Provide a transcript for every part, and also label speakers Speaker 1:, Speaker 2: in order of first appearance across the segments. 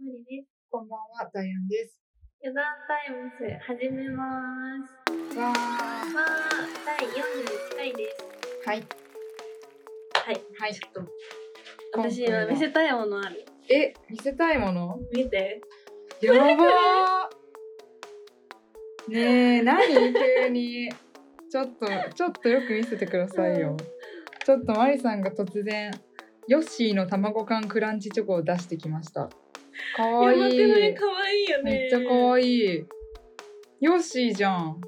Speaker 1: 無理です。
Speaker 2: こんばんは、ダイアンです。
Speaker 1: 四段タイムス始めます。
Speaker 2: わ
Speaker 1: ま
Speaker 2: ー
Speaker 1: あ、第41回です。
Speaker 2: はい。
Speaker 1: はい。
Speaker 2: はい
Speaker 1: ちょっと、
Speaker 2: 今回
Speaker 1: 私今
Speaker 2: は
Speaker 1: 見せたいものある。
Speaker 2: え、見せたいもの
Speaker 1: 見て。
Speaker 2: やばーねえ、何急に。ちょっと、ちょっとよく見せてくださいよ。ちょっとマリさんが突然、ヨッシーの卵缶クランチチョコを出してきました。かわい
Speaker 1: やばくない
Speaker 2: い。
Speaker 1: 可愛いよね。
Speaker 2: めっちゃかわ
Speaker 1: い
Speaker 2: いい。ヨッシーじゃん。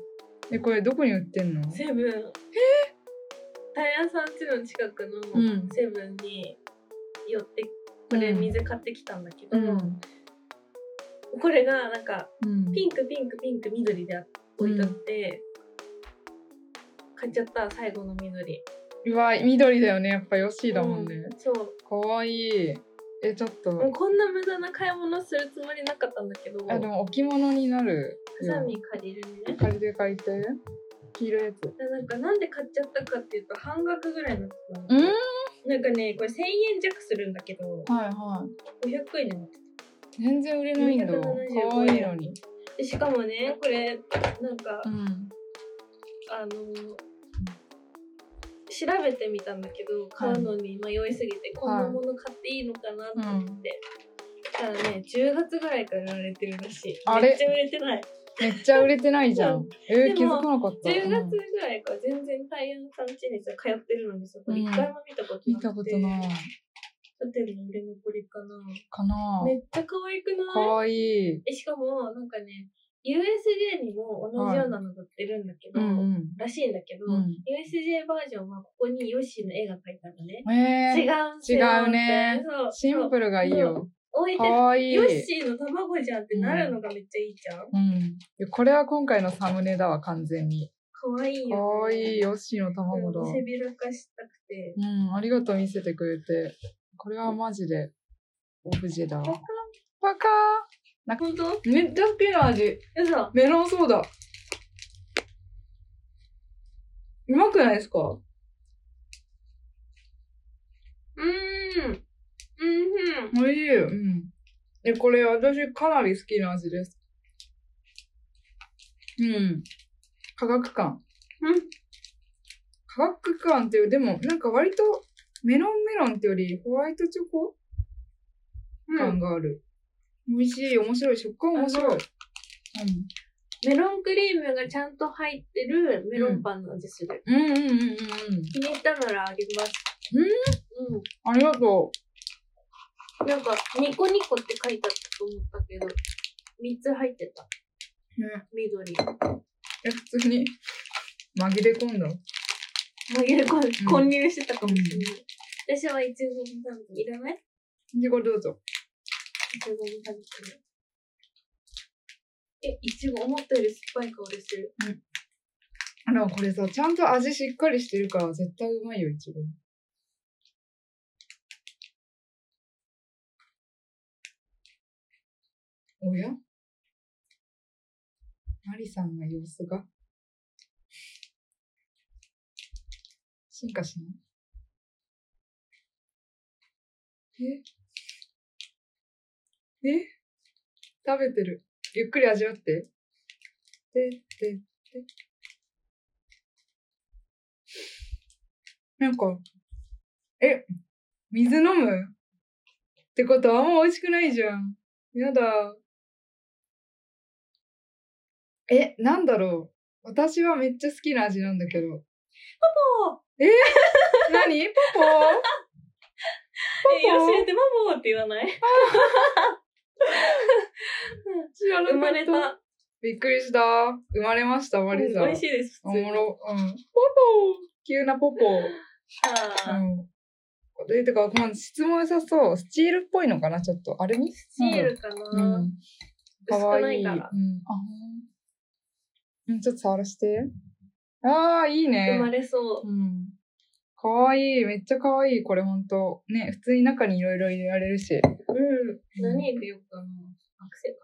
Speaker 2: え、これどこに売ってんの
Speaker 1: セブン。えタイヤさん家の近く
Speaker 2: うん
Speaker 1: のセブンに寄って、これ
Speaker 2: うん
Speaker 1: 水買ってきたんだけど、
Speaker 2: うん。
Speaker 1: これがなんか、
Speaker 2: うん。
Speaker 1: ピンクピンクピンク緑で置いてあって、買っちゃった最後の緑
Speaker 2: うわ、緑だよね。やっぱヨッシーだもんね。
Speaker 1: うんそう
Speaker 2: かわいい。え、ちょっ
Speaker 1: もう
Speaker 2: と。
Speaker 1: こんな無駄な買い物するつもりなかったんだけど
Speaker 2: あ、でも置物になる
Speaker 1: ハ
Speaker 2: よ。
Speaker 1: サミ借りるね
Speaker 2: 借りて借りて。黄色いやつ。
Speaker 1: でなんかなんで買っちゃったかっていうと半額ぐらいになってたの
Speaker 2: うん。
Speaker 1: なんかねこれ1000円弱するんだけど
Speaker 2: はいは
Speaker 1: 500円になって
Speaker 2: い。全然売れないんだ。か
Speaker 1: 275
Speaker 2: わいいのに。
Speaker 1: たでしかもねこれなんか、
Speaker 2: ん。
Speaker 1: あのー調べてみたんだけど買うのに迷いすぎて、こんなもの買っていいのかなと思って、だからね10月ぐらいから売れてるらしい
Speaker 2: あれ
Speaker 1: めっちゃ売れてない
Speaker 2: めっちゃ売れてないじゃん。え
Speaker 1: でも
Speaker 2: ー、気づかなかった。
Speaker 1: 10
Speaker 2: う
Speaker 1: 月
Speaker 2: ん
Speaker 1: ぐらいから全然タイヤの産地にさ通ってるのにさこれ一回も見たこと
Speaker 2: 見
Speaker 1: なくて、
Speaker 2: たことない。
Speaker 1: ホテルの売れ残りかな
Speaker 2: かな
Speaker 1: めっちゃ可愛く
Speaker 2: か
Speaker 1: ない
Speaker 2: わいい。
Speaker 1: えしかもなんかね USJ にも同じようなのが売ってるんだけど、
Speaker 2: うん
Speaker 1: らしいんだけど、
Speaker 2: うん
Speaker 1: USJ バージョンはここにヨッシーの絵が描いてあるのね。
Speaker 2: うん。えー
Speaker 1: 違うんすよ
Speaker 2: 違うね。
Speaker 1: そう
Speaker 2: シンプルがいいよ。
Speaker 1: そう置い
Speaker 2: か
Speaker 1: てる
Speaker 2: わいい。
Speaker 1: ヨッシーの卵じゃんってなるのがめっちゃいいじゃん。
Speaker 2: うん。いやこれは今回のサムネだわ、完全に。
Speaker 1: かわいいよ、ね。
Speaker 2: かわいい、
Speaker 1: よ。
Speaker 2: ヨッシーの卵だ。
Speaker 1: 背びらかしたくて。
Speaker 2: うん、ありがとう見せてくれて。これはマジで、オブジェだわ。
Speaker 1: バカ
Speaker 2: バカなんか
Speaker 1: 本当
Speaker 2: めっちゃ好きな味。
Speaker 1: 嘘
Speaker 2: メロンソーダ。うまくないですか
Speaker 1: うーん。うんうん。
Speaker 2: 美味しい。うん。え、これ私かなり好きな味です。うん。科学感。
Speaker 1: うん
Speaker 2: 科学感っていう、でもなんか割とメロンメロンってよりホワイトチョコ
Speaker 1: う
Speaker 2: 感
Speaker 1: ん、
Speaker 2: がある。美味しい、面白い、食感面白い。
Speaker 1: メロンクリームがちゃんと入ってるメロンパンの味する。
Speaker 2: うん、うんうんうんうんうん。
Speaker 1: 気に入ったならあげます。うんう
Speaker 2: ありがと
Speaker 1: ん。なんか、ニコニコって書いてあったと思ったけど、3つ入ってた。
Speaker 2: う。ね、
Speaker 1: 緑。
Speaker 2: え、普通に紛れ込んだ。
Speaker 1: 紛れ込んで
Speaker 2: うん
Speaker 1: 混入してたかもしれない。私はいちごもサンドいらない
Speaker 2: で、これどうぞ。
Speaker 1: いちごも食べてる。え、いちご思ったより酸っぱい香りする。
Speaker 2: あの、これさ、ちゃんと味しっかりしてるから、絶対うまいよ、いちご。おやマリさんの様子が進化しないええ食べてる。ゆっくり味わって。で、で、なんか、え、水飲むってことはあんま美味しくないじゃん。やだ。え、なんだろう。私はめっちゃ好きな味なんだけど。
Speaker 1: マモ
Speaker 2: 何ポポ
Speaker 1: え、
Speaker 2: マモ
Speaker 1: 教えてマモって言わない
Speaker 2: 知らなか
Speaker 1: 生
Speaker 2: った
Speaker 1: まれた。
Speaker 2: びっくりした。生まれました、マリさん。
Speaker 1: 美味しいです、
Speaker 2: お
Speaker 1: 普通に
Speaker 2: も。ろ。うん。ポポ急なポポ。う
Speaker 1: あー
Speaker 2: ん。え、てか、この質問良さそう。スチールっぽいのかなちょっと。アルミ
Speaker 1: シールか
Speaker 2: う
Speaker 1: な、
Speaker 2: ん。
Speaker 1: 薄
Speaker 2: かわ
Speaker 1: く
Speaker 2: い
Speaker 1: ない
Speaker 2: い。うん、
Speaker 1: か
Speaker 2: あ
Speaker 1: ら。
Speaker 2: ほんうん、ちょっと触らして。ああ、いいね。
Speaker 1: 生まれそう。
Speaker 2: うん。かわいい。めっちゃかわいい。これほんと。ね、普通に中にいろいろ入れられるし。
Speaker 1: うん。何入れようかな。アクセ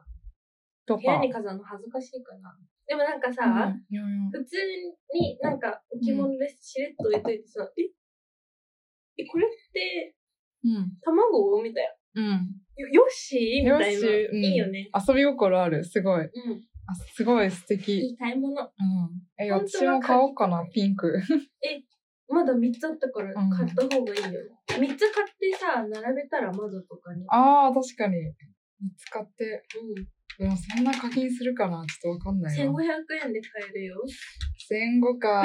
Speaker 2: と
Speaker 1: 部屋
Speaker 2: か。
Speaker 1: に飾るの恥ずかしいかな。でもなんかさ、
Speaker 2: うんいやいや
Speaker 1: 普通になんか置物でしれっと置いといてさ、ええ、これって
Speaker 2: うん。
Speaker 1: 卵みたい
Speaker 2: うん。
Speaker 1: よよっしーみたいな。
Speaker 2: よっしーうん
Speaker 1: いいよね。
Speaker 2: 遊び心ある。すごい。
Speaker 1: うん。
Speaker 2: あすごい素敵。
Speaker 1: いい買い物。
Speaker 2: うん。え、
Speaker 1: 本当
Speaker 2: 私も買おうか
Speaker 1: は
Speaker 2: な、
Speaker 1: 買い
Speaker 2: ピンク。
Speaker 1: まだ3つあったから
Speaker 2: うん
Speaker 1: 買った方がいいよ。3つ買ってさ、並べたら窓とかに。
Speaker 2: ああ、確かに。使って。
Speaker 1: うん。
Speaker 2: でもそんな課金するかなちょっとわかんないな。
Speaker 1: 1500円で買えるよ。
Speaker 2: 戦 後か。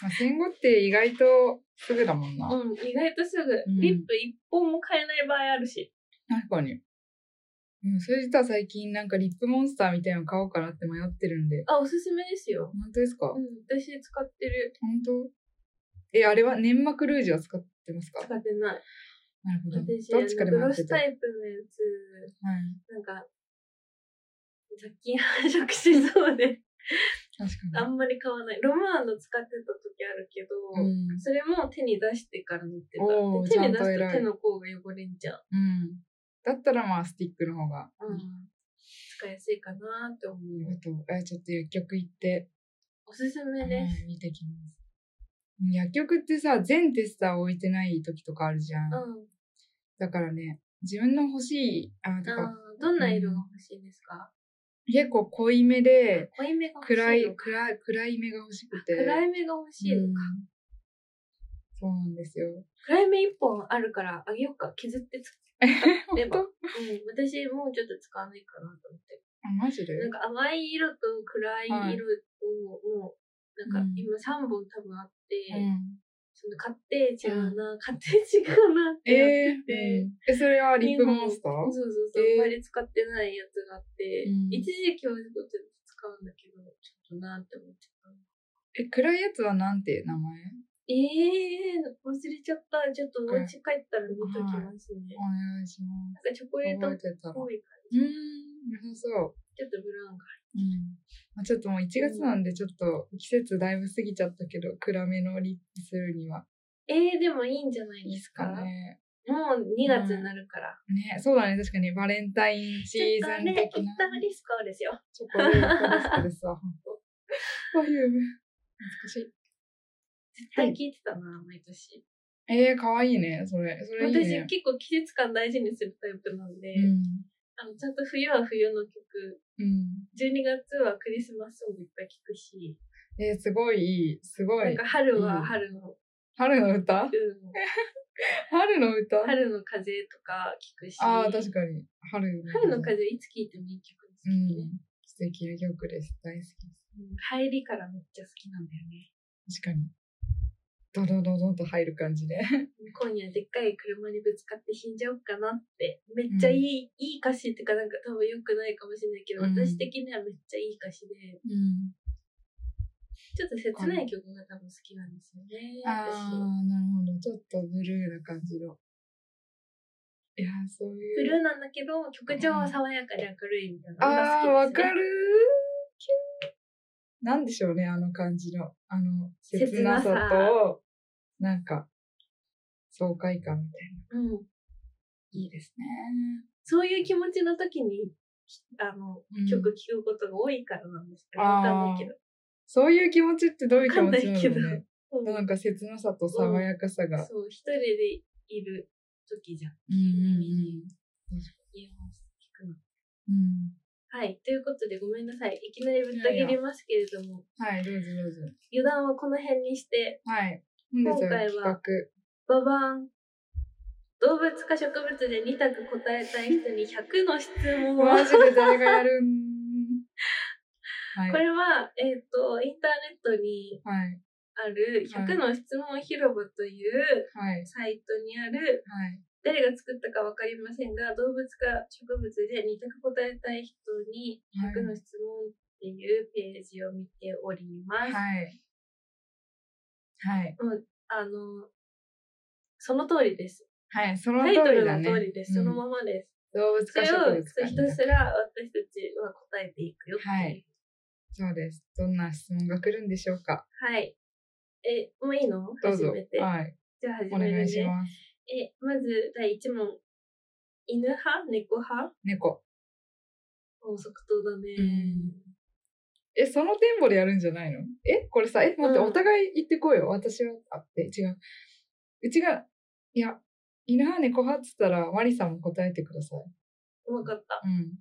Speaker 2: まあ戦後って意外とすぐだもんな。
Speaker 1: うん。意外とすぐ。
Speaker 2: ん
Speaker 1: リップ1本も買えない場合あるし。
Speaker 2: 確かに。うん、それ実は最近なんかリップモンスターみたいなの買おうかなって迷ってるんで。
Speaker 1: あ、おすすめですよ。
Speaker 2: 本当ですか、
Speaker 1: うん。私使ってる。
Speaker 2: 本当え、あれは粘膜ルージュは使ってますか
Speaker 1: 使ってない。
Speaker 2: なるほど。ど
Speaker 1: 私、
Speaker 2: っちか
Speaker 1: あ
Speaker 2: で
Speaker 1: のグ
Speaker 2: 迷
Speaker 1: ロ
Speaker 2: って
Speaker 1: ス
Speaker 2: た。
Speaker 1: タ
Speaker 2: はい。
Speaker 1: イプのやつ、なんか、雑菌繁殖しそうで。
Speaker 2: 確
Speaker 1: あ
Speaker 2: か
Speaker 1: んまり買わない。ロマーノ使ってた時あるけ
Speaker 2: に。う
Speaker 1: ど、
Speaker 2: ん。
Speaker 1: それも手に出してから塗って
Speaker 2: おー
Speaker 1: た。で手に出
Speaker 2: ちゃ
Speaker 1: す
Speaker 2: んと偉
Speaker 1: と
Speaker 2: い
Speaker 1: 手の甲が汚れんじゃん。
Speaker 2: うん。だったらまあスティックの方が。
Speaker 1: うん使いやすいかなって思
Speaker 2: あ
Speaker 1: う。
Speaker 2: りがとう。え、ちょっと薬局行って
Speaker 1: おすすめです。
Speaker 2: うん見てきます。薬局ってさ、全テスター置いてない時とかあるじゃん。
Speaker 1: うん。
Speaker 2: だからね、自分の欲しい、あ、だから
Speaker 1: あーどんな色が欲しいですか
Speaker 2: 結構濃いめで、
Speaker 1: 濃いめが欲しいの
Speaker 2: 暗い、暗い、暗い目が欲しくて。
Speaker 1: 暗い目が欲しいの
Speaker 2: うん
Speaker 1: か。
Speaker 2: そうなんですよ。
Speaker 1: 暗い目一本あるからあげようか。削って 使ってば。うん。私もうちょっと使わないかなと思って。
Speaker 2: あ、マジで
Speaker 1: なんか淡い色と暗い色をもう、なんか今3本多分あって、
Speaker 2: うん、
Speaker 1: その買って違うな、買って違うなってや
Speaker 2: え
Speaker 1: ってて、
Speaker 2: ー、え、それはリップモンスター
Speaker 1: そうそうそう、
Speaker 2: えー
Speaker 1: あんまり使ってないやつがあって、
Speaker 2: うん
Speaker 1: 一時期はちょっと使うんだけど、ちょっとなって思っちゃった。
Speaker 2: え、暗いやつはなんて名前
Speaker 1: ええー、忘れちゃった。ちょっとお家帰ったら見ときますね。
Speaker 2: お願いしま
Speaker 1: なんかチョコレ
Speaker 2: す。
Speaker 1: ート
Speaker 2: 覚
Speaker 1: っ
Speaker 2: えてたら。う
Speaker 1: ぽい感
Speaker 2: ーん、
Speaker 1: じ。
Speaker 2: 良さそう。
Speaker 1: ちょっとブラウンが。
Speaker 2: うんまあ、ちょっともう1月なんでちょっと季節だいぶ過ぎちゃったけど、暗めのリップするには
Speaker 1: ええー、でもいいんじゃない
Speaker 2: いい
Speaker 1: で
Speaker 2: っ
Speaker 1: す
Speaker 2: すか
Speaker 1: か。
Speaker 2: ね。
Speaker 1: もう2月になるから。
Speaker 2: ね、そうだね、確かにバレンタインシーズン
Speaker 1: チョコ
Speaker 2: 的な
Speaker 1: レートリスコですよ。
Speaker 2: チョコレートリスクですわ、ほん と。パフューム。懐かしい。
Speaker 1: 絶対聞いてたな、毎年。
Speaker 2: えー、かわいいね、それ。それいいね
Speaker 1: 私。結構季節感大事にするタイプなんで、
Speaker 2: うん。
Speaker 1: あのちゃんと冬は冬の曲、
Speaker 2: うん。
Speaker 1: 12月はクリスマスソングいっぱい聴くし、
Speaker 2: えー、すごいいい。すご
Speaker 1: なん
Speaker 2: い
Speaker 1: か。春
Speaker 2: いい
Speaker 1: は春の、
Speaker 2: 春の歌
Speaker 1: うん
Speaker 2: 春の歌
Speaker 1: 春の風とか聴くし、
Speaker 2: ああ、確かに。春
Speaker 1: 春の風いつ聴いてもいい曲です
Speaker 2: う
Speaker 1: よ
Speaker 2: ん
Speaker 1: ね、。
Speaker 2: 素敵な曲です。大好きです。
Speaker 1: うん入りからめっちゃ好きなんだよね。
Speaker 2: 確かに。ドドドドンと入る感じね。
Speaker 1: 今夜でっかい車にぶつかって死んじゃおうかなって、めっちゃいい、いい歌詞っていうかなんか多分良くないかもしれないけど、
Speaker 2: うん
Speaker 1: 私的にはめっちゃいい歌詞で、
Speaker 2: うん。
Speaker 1: ちょっと切ない曲が多分好きなんですよね。
Speaker 2: ああ、
Speaker 1: 私
Speaker 2: なるほど。ちょっとブルーな感じの。いや、そう
Speaker 1: ブ
Speaker 2: いう。
Speaker 1: ルーなんだけど、曲調は爽やかで明るいみたいなのが
Speaker 2: あ
Speaker 1: 好
Speaker 2: あ、わ
Speaker 1: きです、ね。
Speaker 2: かるキュンなんでしょうね、あの感じの。あの、切
Speaker 1: 切
Speaker 2: な
Speaker 1: なさ
Speaker 2: さと、なんか、爽快感みたいな。
Speaker 1: うん。
Speaker 2: いいですね。
Speaker 1: そういう気持ちの時に、きあの、
Speaker 2: うん
Speaker 1: 曲聴くことが多いからなんですけど、
Speaker 2: あー
Speaker 1: わかんないけど。
Speaker 2: そういう気持ちってどういう気持ちな
Speaker 1: わ
Speaker 2: の
Speaker 1: かんな
Speaker 2: だろう
Speaker 1: い
Speaker 2: ね。
Speaker 1: うん
Speaker 2: なんか切なさと爽やかさが。
Speaker 1: そう、一人でいる時じゃん。
Speaker 2: うんうん
Speaker 1: イヤホン聞くの。
Speaker 2: うん。うん。
Speaker 1: はい。ということで、ごめんなさい。いきなりぶった切りますけれども、
Speaker 2: はい、どうぞどうぞ。
Speaker 1: 余談はこの辺にして、
Speaker 2: はい。本日の
Speaker 1: 今回は
Speaker 2: 企画。
Speaker 1: ババーン。動物か植物で2択答えたい人に100の質問を。
Speaker 2: マジで誰がや るんはい。
Speaker 1: これは、えっ、と、インターネットに
Speaker 2: はい。
Speaker 1: ある100の質問広場という
Speaker 2: はい。
Speaker 1: サイトにある、
Speaker 2: はい。
Speaker 1: 誰が作ったかわかりませんが、動物か植物で二択答えたい人に100の質問っていうページを見ております。
Speaker 2: はい。はい。
Speaker 1: あの、その通りです。
Speaker 2: はい。その
Speaker 1: タ
Speaker 2: 通
Speaker 1: イト
Speaker 2: り
Speaker 1: ル
Speaker 2: だ
Speaker 1: の
Speaker 2: ね。
Speaker 1: 通りです。
Speaker 2: う
Speaker 1: そ
Speaker 2: ん
Speaker 1: のままです。
Speaker 2: 動物
Speaker 1: そ
Speaker 2: か
Speaker 1: れ
Speaker 2: 植
Speaker 1: を
Speaker 2: 物
Speaker 1: そう
Speaker 2: か
Speaker 1: ひたすら私たちは答えていくよっていう。
Speaker 2: はいそうです。どんな質問が来るんでしょうか。
Speaker 1: はい。え、もういいの
Speaker 2: どうぞ
Speaker 1: 始めて。。
Speaker 2: はい。
Speaker 1: じゃあ始
Speaker 2: お
Speaker 1: めるね。
Speaker 2: 願いします。
Speaker 1: え、まず第1問。犬派猫派
Speaker 2: 猫。
Speaker 1: もう即答だね。
Speaker 2: うんえ、そのテンポでやるんじゃないのえ、これさ、え、待って、
Speaker 1: うん
Speaker 2: お互い行ってこいよ。私は、あって、違う。うちが、いや、犬は猫派っつったらマリさんも答えてください。
Speaker 1: 分かった。
Speaker 2: うん。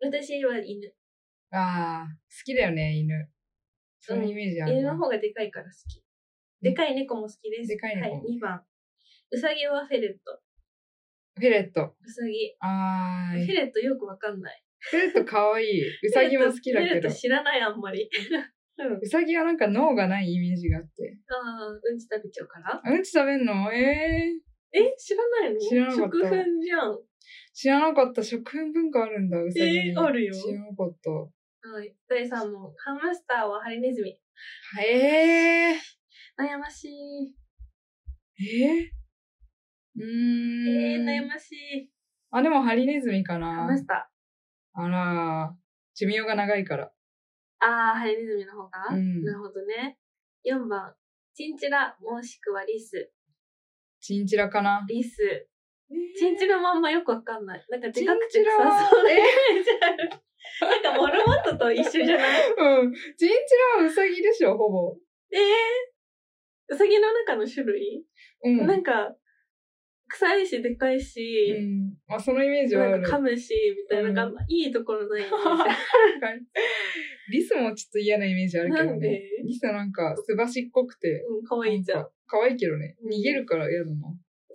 Speaker 1: 私は犬。
Speaker 2: ああ、好きだよね、犬。そのイメージある
Speaker 1: 犬
Speaker 2: な。
Speaker 1: の方がでかいから好き。でかい猫も好きです。
Speaker 2: でかい猫
Speaker 1: はい、2番。うさぎはフェレット。
Speaker 2: フェレット。
Speaker 1: うさぎ。
Speaker 2: ああ、
Speaker 1: フェレットよくわかんない。
Speaker 2: フェレット可愛い。うさぎも好きだ
Speaker 1: フェレ
Speaker 2: け
Speaker 1: ットフェレ
Speaker 2: ど
Speaker 1: ッ。ト知らない、あんまり。うん。
Speaker 2: うさぎはなんか脳がないイメージがあって。
Speaker 1: ああ、うんち食べちゃうから。
Speaker 2: うんち食べんのええー。
Speaker 1: え、知らないの
Speaker 2: 知らなかっ
Speaker 1: 食
Speaker 2: た
Speaker 1: 粉じゃん。
Speaker 2: 知らなかった。食品文化あるんだ、うさぎに。
Speaker 1: えーあるよ
Speaker 2: 知らなかった。
Speaker 1: はい。第3問。ハムスターはハリネズミ。
Speaker 2: ええ
Speaker 1: 悩ましい。
Speaker 2: ー。えー、
Speaker 1: え
Speaker 2: う
Speaker 1: ー、
Speaker 2: ーん。
Speaker 1: 悩ましい。
Speaker 2: あ、でもハリネズミか
Speaker 1: ハ
Speaker 2: な
Speaker 1: ム。スタ
Speaker 2: あらー、寿命が長いから。
Speaker 1: ー。あー、ハリネズミの方が、
Speaker 2: うん
Speaker 1: なるほどね。4番。チンチラ、もしくはリス。
Speaker 2: チンチラかな。
Speaker 1: リス。チ
Speaker 2: チ
Speaker 1: ンチラもあんまよくわかんない。なんかでかく
Speaker 2: チ
Speaker 1: て
Speaker 2: ンチラは
Speaker 1: さ、そうなイメージある。なんかモルモットと一緒じゃない
Speaker 2: うん。チンチラはウサギでしょ、ほぼ。
Speaker 1: えー、ウサギの中の種類、
Speaker 2: うん。
Speaker 1: なんか、臭いし、でかいうし、
Speaker 2: ん。まあ、そのイメージはあ
Speaker 1: なん
Speaker 2: る。
Speaker 1: か噛むし、みたいな、
Speaker 2: う
Speaker 1: なんかいいところないよね。
Speaker 2: リスもちょっと嫌なイメージあるけ
Speaker 1: な
Speaker 2: ど
Speaker 1: んで
Speaker 2: ね。リスはなんか、すばしっこくて。
Speaker 1: うん、可愛いじゃん。
Speaker 2: 可愛いけどね。
Speaker 1: うん
Speaker 2: 逃げるから嫌だな。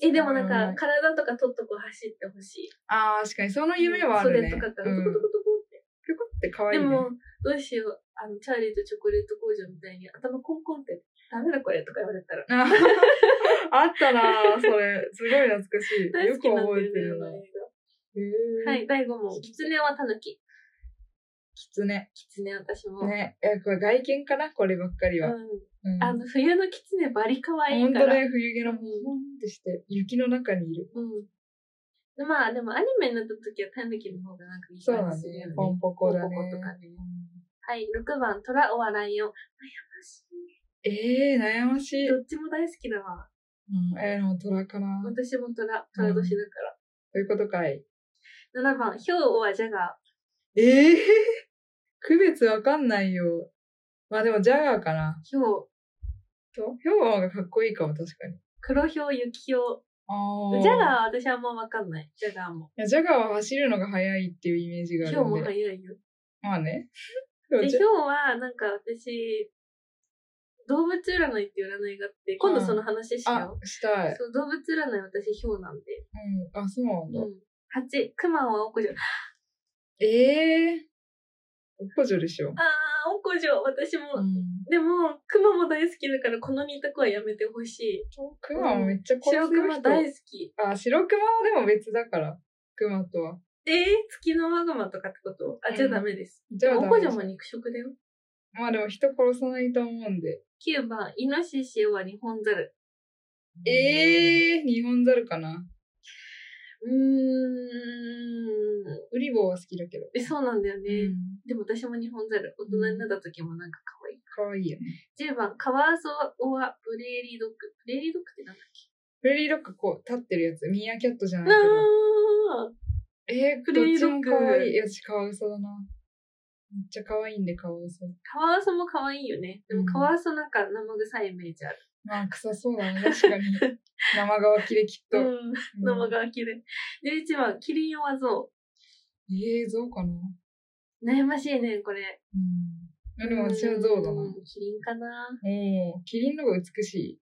Speaker 1: え、でもなん
Speaker 2: う
Speaker 1: か、
Speaker 2: ん
Speaker 1: 体とかとっとこ走ってほしい。
Speaker 2: ああ、確かに、その夢はあるね。
Speaker 1: 袖とかか
Speaker 2: う
Speaker 1: ら
Speaker 2: ん
Speaker 1: トコトコトコって。
Speaker 2: ピョコって可愛い
Speaker 1: で
Speaker 2: ね。
Speaker 1: も、どうしよう。あの、チャーリーとチョコレート工場みたいに頭コンコンって、ダメだこれとか言われたら。
Speaker 2: あ あったなーそ れ。すごい懐かしい。
Speaker 1: 大
Speaker 2: よ
Speaker 1: 好
Speaker 2: く
Speaker 1: きなんだよ
Speaker 2: 覚
Speaker 1: ね
Speaker 2: えてるな。
Speaker 1: あの映画は
Speaker 2: はい。
Speaker 1: い、第5問。キツネはタヌキ。
Speaker 2: キツネ。
Speaker 1: キツネ、私も。
Speaker 2: ね。え、これ外見かなこればっかり
Speaker 1: う
Speaker 2: は。
Speaker 1: ん。
Speaker 2: うん
Speaker 1: あの、冬のキツネバリ可愛い
Speaker 2: 本
Speaker 1: か
Speaker 2: 当
Speaker 1: ら。
Speaker 2: ね、冬毛のほんってして、雪の中にいる。
Speaker 1: うん。でまあ、でもアニメになった時はタヌキの方がなんかいい
Speaker 2: そう
Speaker 1: 感
Speaker 2: な
Speaker 1: じ
Speaker 2: ん
Speaker 1: す
Speaker 2: だ
Speaker 1: るよ
Speaker 2: よ
Speaker 1: ね
Speaker 2: ね。。ポンポコだね
Speaker 1: ポンポコとか。ねはい、6番、トラ、オア、ライオン。悩まし
Speaker 2: えー、悩まし
Speaker 1: い。
Speaker 2: い。
Speaker 1: どっちも大好きだわ。
Speaker 2: うんえー、でも虎かな。ど
Speaker 1: 私もトラ、トラ年だから。
Speaker 2: ういうことかい。
Speaker 1: 7番、ヒョウオアジャガ
Speaker 2: えー、区別わかんないよ。まあでも、ジャガーかな
Speaker 1: ー、。ヒョウ、
Speaker 2: と、ヒョウマンがかっこいいかも、確かに。
Speaker 1: 黒ヒョウ、雪ヒョ
Speaker 2: あ
Speaker 1: ウ。ジャガー
Speaker 2: ー
Speaker 1: は私あんまわかんない。ジャガーも。
Speaker 2: いやジャガーは走るのが速いっていうイメージ
Speaker 1: ヒ
Speaker 2: があ
Speaker 1: ョウ
Speaker 2: るん
Speaker 1: も
Speaker 2: で。
Speaker 1: 早いよ。
Speaker 2: まあね。
Speaker 1: で、ヒ
Speaker 2: ジ
Speaker 1: ョウはなんか私、動物占いっていう占いがあって、今度その話し
Speaker 2: ャ
Speaker 1: よ
Speaker 2: あ
Speaker 1: う。、
Speaker 2: したい。
Speaker 1: そう、動物占い私ヒョウなんで。
Speaker 2: うん。あ、そうなんだ。
Speaker 1: うん。8、クマはオコジョ。
Speaker 2: ええー。おっこじょでしょ。
Speaker 1: あー、オコジョ、私も。
Speaker 2: うん。
Speaker 1: でも、クマも大好きだから、この2択はやめてほしい。
Speaker 2: クマもめっちゃ殺
Speaker 1: 白
Speaker 2: す
Speaker 1: クマ
Speaker 2: 人。
Speaker 1: 大好き。
Speaker 2: あ、白クマはでも別だから。クマとは。
Speaker 1: えー、月のマグマとかってことあ、じゃあダメです。
Speaker 2: じゃあ
Speaker 1: オ
Speaker 2: ダ
Speaker 1: コ
Speaker 2: メ
Speaker 1: ジ
Speaker 2: で
Speaker 1: ョ
Speaker 2: す
Speaker 1: も肉食だよ。
Speaker 2: まあでも人殺さないと思うんで。
Speaker 1: 9番、イノシシは日本ザル。
Speaker 2: ええー、日本ザルかな。
Speaker 1: うーん。
Speaker 2: ウリボウは好きだけど。
Speaker 1: え、そうなんだよ
Speaker 2: う
Speaker 1: ね。
Speaker 2: ん。
Speaker 1: でも私も日本ザル。大人になった時もなんか可愛い。
Speaker 2: かわいいよね。
Speaker 1: 10番、カワウソはプレーリードッグ。プレーリードッグってなんだっけ
Speaker 2: プレーリードッグこう立ってるやつ。ミーアキャットじゃないけど。
Speaker 1: あ
Speaker 2: えー、
Speaker 1: プ
Speaker 2: ど
Speaker 1: レ
Speaker 2: っ
Speaker 1: イ
Speaker 2: ち
Speaker 1: ドッ
Speaker 2: も
Speaker 1: グ
Speaker 2: かわいい。いや、ちカワウソだな。めっちゃかわいいんで、カワウソ。
Speaker 1: ーカワウソも可愛いよね。で
Speaker 2: う
Speaker 1: も
Speaker 2: ん
Speaker 1: カワウソなんか生臭いイメージある。
Speaker 2: まあ、臭そ うだね。確かに。生乾きできっと。うん
Speaker 1: ん。生乾きで。11番、キリンはゾ
Speaker 2: ええー、ゾウかな。
Speaker 1: ウ。悩ましいね、これ。
Speaker 2: うん。あでも私はゾウだな。
Speaker 1: うん。キリンかな。
Speaker 2: おお、キリンの方が美しい。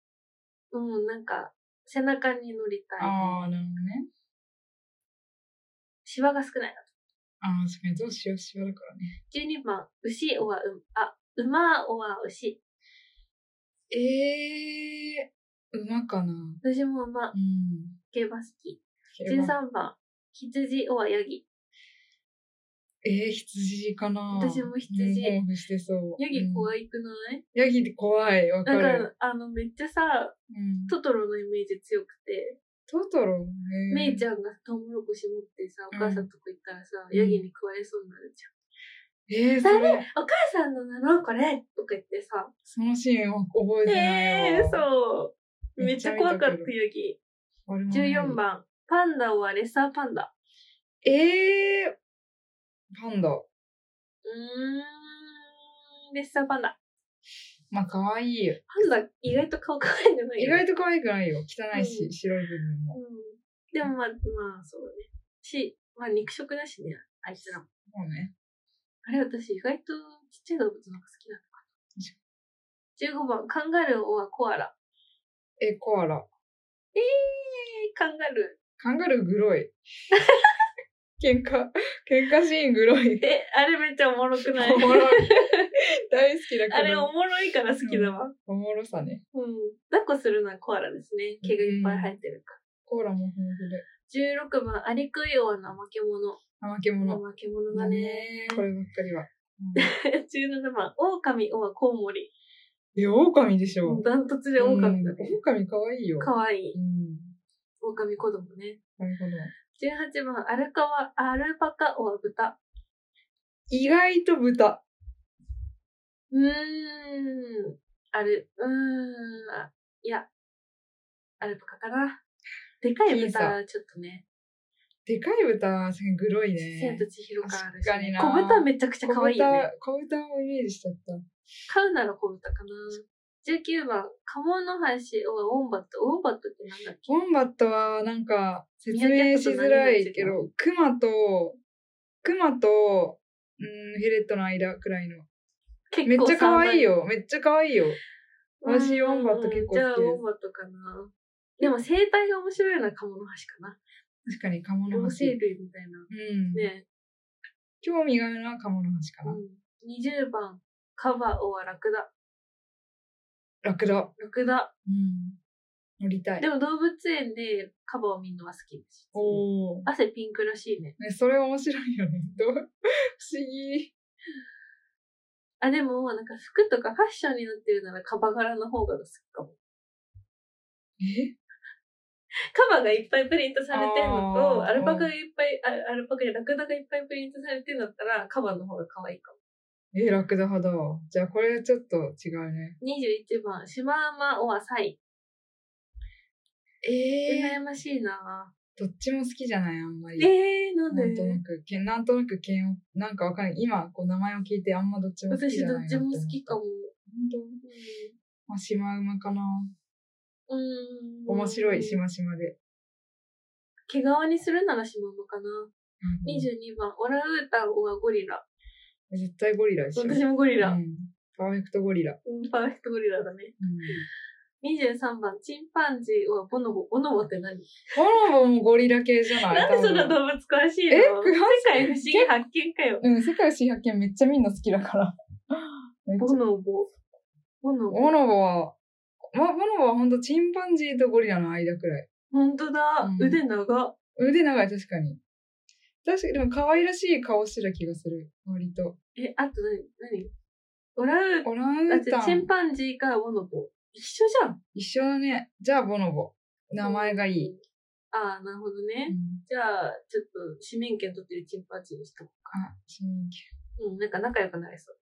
Speaker 1: うん、なんか、背中に乗りたい。
Speaker 2: ああ、なるほどね。
Speaker 1: シワが少ない。
Speaker 2: ああ、確かに、どうしよう、しわだからね。
Speaker 1: 12番、牛おはう、あ、馬おは牛。
Speaker 2: ええー、馬かな。う
Speaker 1: 私も馬、
Speaker 2: ん。
Speaker 1: 競馬好き。
Speaker 2: 馬
Speaker 1: 13番、羊おはヤギ。
Speaker 2: えー、羊かな。
Speaker 1: 私も羊
Speaker 2: うん興奮してそう。
Speaker 1: ヤギ
Speaker 2: い。
Speaker 1: 怖いくない、
Speaker 2: ヤギって怖い、わかる。
Speaker 1: なんか、あの、めっちゃさ、
Speaker 2: うん、
Speaker 1: トトロのイメージ強くて、
Speaker 2: トトロ、えー
Speaker 1: メイちゃんがトウモロコシ持ってさ、お母さんとこ行ったらさ、
Speaker 2: うん
Speaker 1: ヤギに食われそうになるじ
Speaker 2: えー、それ、
Speaker 1: ゃん。お母さんのなのこれとか言ってさ、
Speaker 2: そのシーンは覚えてないわ。
Speaker 1: えー、そう。め
Speaker 2: め
Speaker 1: っ
Speaker 2: っ
Speaker 1: ち
Speaker 2: ち
Speaker 1: ゃ
Speaker 2: ゃ
Speaker 1: 怖かった、ヤ
Speaker 2: 見たけど
Speaker 1: ギ。
Speaker 2: 俺もない
Speaker 1: 14。番、パンダはレッサーパンダ。
Speaker 2: ええー、パンダ。
Speaker 1: うーん、レッサーパンダ。
Speaker 2: まあ可愛いよ
Speaker 1: パンダ意外と顔可愛いんじゃない
Speaker 2: 意外と可愛くないよ汚いし、
Speaker 1: うん
Speaker 2: 白い部分
Speaker 1: う
Speaker 2: も
Speaker 1: ん、でもまあ、まあそうね。し、まあ肉食だしね、あいつらも。
Speaker 2: もうね
Speaker 1: あれ私意外とちっちゃい動物の方が好きなのかな。15番、カンガルーはコアラ。
Speaker 2: えコアラ
Speaker 1: えー、カンガル
Speaker 2: カンガルーグ ロい喧嘩喧嘩シーングロい
Speaker 1: ー。え、あれめっちゃおもろくない
Speaker 2: おもろい大好きだ
Speaker 1: あ
Speaker 2: け
Speaker 1: れ
Speaker 2: ど
Speaker 1: おもろいから好きだわ。
Speaker 2: おもろさね
Speaker 1: うん。抱っこするのはコアラですね。毛がいっぱい生えてるか
Speaker 2: コーラも豊富で
Speaker 1: ら。16番、アリクイオアの負け者。
Speaker 2: 怠け者
Speaker 1: 負け者だね。
Speaker 2: こればっかりは、
Speaker 1: 17番、狼オアコウモリ。
Speaker 2: いや狼でしょ、
Speaker 1: ダントツで狼だね。
Speaker 2: うん狼可愛いよ
Speaker 1: かわいい。
Speaker 2: うん
Speaker 1: 狼子供ね。
Speaker 2: なるほど
Speaker 1: 18番、アルカワ、アルパカオア豚。
Speaker 2: 意外と豚
Speaker 1: うーん。ある、うーん。あいや、アルパカかな。でかい
Speaker 2: 僅
Speaker 1: 豚
Speaker 2: 差
Speaker 1: はちょっとね、
Speaker 2: でかい豚グロい
Speaker 1: 千
Speaker 2: ね
Speaker 1: と千尋感あるし、
Speaker 2: 確かに
Speaker 1: ね。
Speaker 2: な
Speaker 1: 小豚めちゃくちゃ可愛いよね。
Speaker 2: 小豚小豚をイメージしちゃった
Speaker 1: 買うなら小豚かな。19番、カモノハシオアウォンバット。ウォンバットってなんだっけ
Speaker 2: ウォンバットはなんか説明しづらいけどクマとクマとうんフェレットの間くらいのめっ
Speaker 1: 結
Speaker 2: ちゃ可愛い
Speaker 1: よ。
Speaker 2: よめっちゃ可愛いよ私ウォンバット結構好きです
Speaker 1: じゃあ、ウォンバットかな。でも生態が面白いのはカモノハシかな。
Speaker 2: 確かにカモノ
Speaker 1: 両
Speaker 2: ハ
Speaker 1: 生
Speaker 2: シ、
Speaker 1: 類みたいな。
Speaker 2: うん
Speaker 1: ね
Speaker 2: 興味があるのはカモノハシかな、
Speaker 1: 20番、カバオはラクダ。
Speaker 2: ラクダ、
Speaker 1: ラクダ。
Speaker 2: うん、乗りたい
Speaker 1: でも動物園でカバを見るのは好きです。
Speaker 2: おお、
Speaker 1: 汗ピンクらしいね。
Speaker 2: ね、それ面白いよね どう不思議
Speaker 1: あ、でも、なんか服とかファッションになってるならカバ柄の方が好きかも。
Speaker 2: え
Speaker 1: カバがいっぱいプリントされてるのと、
Speaker 2: あー
Speaker 1: アルパカがいっぱい、あアルパカやラクダがいっぱいプリントされてるんだったら、カバの方が可愛いかも。
Speaker 2: えラクダ派だわじゃあこれちょっと違うね
Speaker 1: 21番、シマウマオアサイ。
Speaker 2: え
Speaker 1: 羨ましいな
Speaker 2: どっちも好きじゃないあんまり、
Speaker 1: えー、なん
Speaker 2: なんと
Speaker 1: で
Speaker 2: なく、けなんとなく嫌悪、なんかわかんない。今、こう名前を聞いてあんまどっちも好き
Speaker 1: 私
Speaker 2: じゃ
Speaker 1: ど
Speaker 2: な
Speaker 1: っ
Speaker 2: いな
Speaker 1: ち
Speaker 2: て思
Speaker 1: も
Speaker 2: た
Speaker 1: 好きかも。
Speaker 2: 本当まあ、シマウマかな。
Speaker 1: うん。
Speaker 2: 面白い、しましまで。
Speaker 1: 毛皮にするならシマウマかな。
Speaker 2: うん
Speaker 1: 22番、オランウータン、オアゴリラ。
Speaker 2: 絶対ゴリラでしょ。
Speaker 1: 私もゴリラ。
Speaker 2: う
Speaker 1: うん
Speaker 2: んパーフェクトゴリラ。
Speaker 1: パーフェクトゴリラだね。
Speaker 2: うん
Speaker 1: 23番、チンパンジー、オアボノボ。ボノボって何
Speaker 2: ボノボもゴリラ系じゃない
Speaker 1: なんでそんな
Speaker 2: 多分
Speaker 1: 動物詳しいの
Speaker 2: え
Speaker 1: 世界不思議発見かよ。
Speaker 2: うん、世界新発見めっちゃみんな好き だから。めっち
Speaker 1: ボ
Speaker 2: ゃ
Speaker 1: ノボ。ボノボ
Speaker 2: ボ。ノボは、ま、ボノボはほんとチンパンジーとゴリラの間くらい。
Speaker 1: ほんとだ
Speaker 2: う。ん
Speaker 1: 腕長っ。
Speaker 2: 腕長い、確かに。確かに、でも可愛らしい顔してた気がする。割と。
Speaker 1: え、あと何何オランウー
Speaker 2: オランウ
Speaker 1: タン、あ違
Speaker 2: ータ
Speaker 1: うチン
Speaker 2: ン。
Speaker 1: パンジーかボノボ。一緒じゃん。
Speaker 2: 一緒だね。じゃあ、ボノボ。名前がいい。。
Speaker 1: ああ、なるほどね。じゃあ、ちょっと、市民権取ってるチンパンジーにしとこうか。
Speaker 2: あ、市民権。
Speaker 1: うん、なんか仲良くなりそう。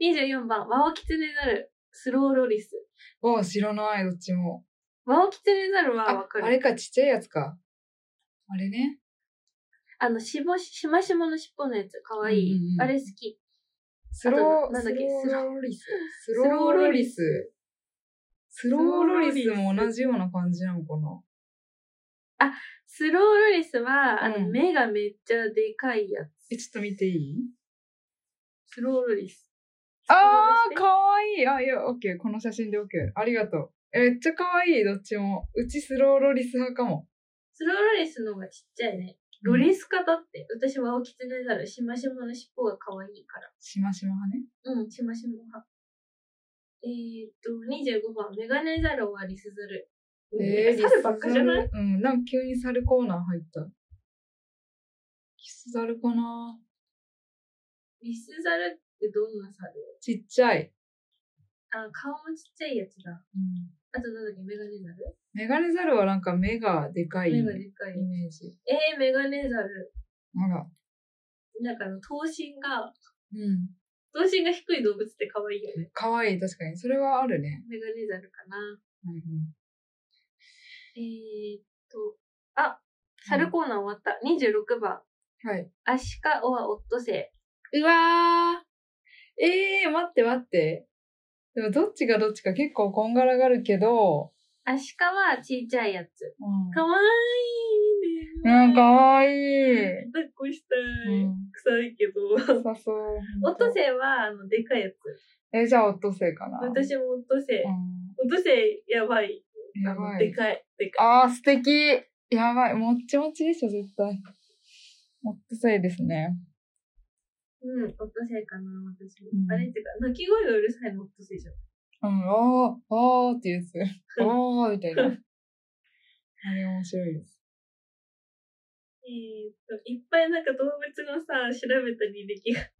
Speaker 1: 24番、 ワオキツネザル、スローロリス。
Speaker 2: お知らない、どっちも。
Speaker 1: ワオキツネザルはわかる。
Speaker 2: あれか、ちっちゃいやつか。あれね。
Speaker 1: あの、しぼし、しましまの尻尾のやつ、かわいい。
Speaker 2: うんうんうん
Speaker 1: あれ好き。
Speaker 2: スロ
Speaker 1: あと
Speaker 2: ー、
Speaker 1: なんだっけ
Speaker 2: スローロリス。ス
Speaker 1: ロー
Speaker 2: ローロリス。スローロリスも同じような感じなのかな。
Speaker 1: スローロリスは、あの、
Speaker 2: うん
Speaker 1: 目がめっちゃでかいやつ。
Speaker 2: え、ちょっと見ていい
Speaker 1: スローロリス。
Speaker 2: あー、かわいい。あ、いや、オッケー。この写真でオッケー。ありがとう。えめっちゃかわいい、どっちも。うちスローロリス派かも。
Speaker 1: スローロリスの方がちっちゃいね。ロリス型って、私ワオキツネザル、しましまの尻尾がかわいいから。
Speaker 2: しましま派ね。
Speaker 1: うん、しましま派。えーっと、25番、メガネザルはリスザル。
Speaker 2: えー、
Speaker 1: 猿ばっかじゃない
Speaker 2: リスザルうん、なんか急に猿コーナー入った。リスザルかな
Speaker 1: リスザルってどんな猿
Speaker 2: ちっちゃい、
Speaker 1: あ、顔もちっちゃいやつだ。あとなんだっけ、メガネザル
Speaker 2: メガネザルはなんか目がでかいイ
Speaker 1: 目
Speaker 2: メ
Speaker 1: がでかい。
Speaker 2: ージ。
Speaker 1: えー、メガネザル。
Speaker 2: あら。
Speaker 1: なんかあの、頭身が、
Speaker 2: うん。
Speaker 1: 頭身が低い動物って可愛いよね。
Speaker 2: かわいい、確かに。それはあるね。
Speaker 1: メガネザルかな。
Speaker 2: うんうん
Speaker 1: えーっと、あ、猿コーナー終わった。26番。
Speaker 2: はい。
Speaker 1: アシカオアオットセイ。
Speaker 2: うわーえー、待って待って。でもどっちがどっちか結構こんがらがるけど、
Speaker 1: アシカはちっちゃいやつ。
Speaker 2: うん
Speaker 1: かわいいね。
Speaker 2: うん、かわいい。
Speaker 1: 抱っこしたい。
Speaker 2: うん
Speaker 1: 臭いけど。
Speaker 2: さそう。
Speaker 1: オットセイは、あの、でかいやつ。
Speaker 2: え、じゃあオットセイかな。
Speaker 1: 私もオットセイ。
Speaker 2: うん
Speaker 1: オットセイ、やばい。
Speaker 2: やば
Speaker 1: で
Speaker 2: い。
Speaker 1: かい。でかい。
Speaker 2: あー、素敵。やばい。もっちもちでしょ、絶対。オットセイですね。
Speaker 1: うん、オットセイかな、私も。
Speaker 2: うん
Speaker 1: あれっていうか、鳴き声がうるさいのオットセイじゃん。
Speaker 2: うん、あー、あーって いうやつ。あーみたいな。あれ面白いです。
Speaker 1: えーっと、いっぱいなんか動物のさ、調べた履歴が
Speaker 2: 確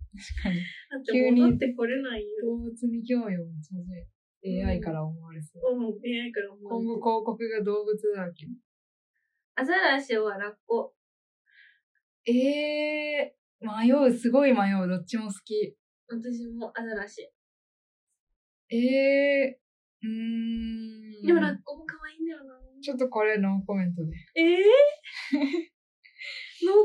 Speaker 2: かに。
Speaker 1: あって
Speaker 2: 急に
Speaker 1: 戻ってこれないよ。
Speaker 2: 動物に興味を持ち始め、
Speaker 1: うん
Speaker 2: AI から思われそう。
Speaker 1: もう出会いから思
Speaker 2: 今後
Speaker 1: う。
Speaker 2: 広告が動物だらけ。
Speaker 1: アザラシはラッコ。
Speaker 2: えー、迷う、すごい迷う、どっちも好き。
Speaker 1: 私もアザラシ。
Speaker 2: えー、うーん。
Speaker 1: でもラッコも可愛いんだよな。
Speaker 2: ちょっとこれノーコメントで。
Speaker 1: えぇ、ノー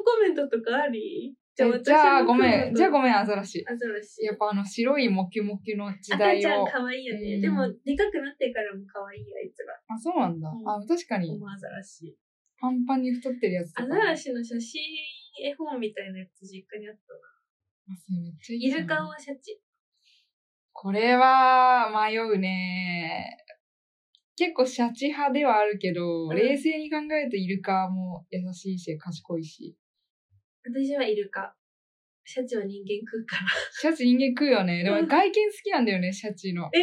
Speaker 1: コメントとかありじゃあ
Speaker 2: えじゃあ
Speaker 1: 私も
Speaker 2: ご
Speaker 1: 今
Speaker 2: めん、
Speaker 1: 度
Speaker 2: じゃあごめん、アザラシ。
Speaker 1: アザラシ。
Speaker 2: やっぱあの白いモキモキの時
Speaker 1: 赤
Speaker 2: 代
Speaker 1: ちゃ
Speaker 2: を
Speaker 1: ん。可愛いよね。
Speaker 2: うん
Speaker 1: でも、でかくなってからも可愛いよ、あいつら。
Speaker 2: あ、そうなんだ。
Speaker 1: うん
Speaker 2: あ、確かに、
Speaker 1: もうアザラシ。
Speaker 2: パンパンに太ってるやつと
Speaker 1: ア
Speaker 2: か。
Speaker 1: ザラシの写真絵本みたいなやつ実家にあったな。
Speaker 2: あそれめっちゃいい
Speaker 1: イ
Speaker 2: な
Speaker 1: ルカはシャチ。
Speaker 2: これは迷うね。結構シャチ派ではあるけど、
Speaker 1: うん
Speaker 2: 冷静に考えるとイルカも優しいし賢いし。
Speaker 1: 私はイルカ。シャチは人間食うから。
Speaker 2: シャチ人間食うよね。でも
Speaker 1: うん
Speaker 2: 外見好きなんだよね、シャチの。
Speaker 1: え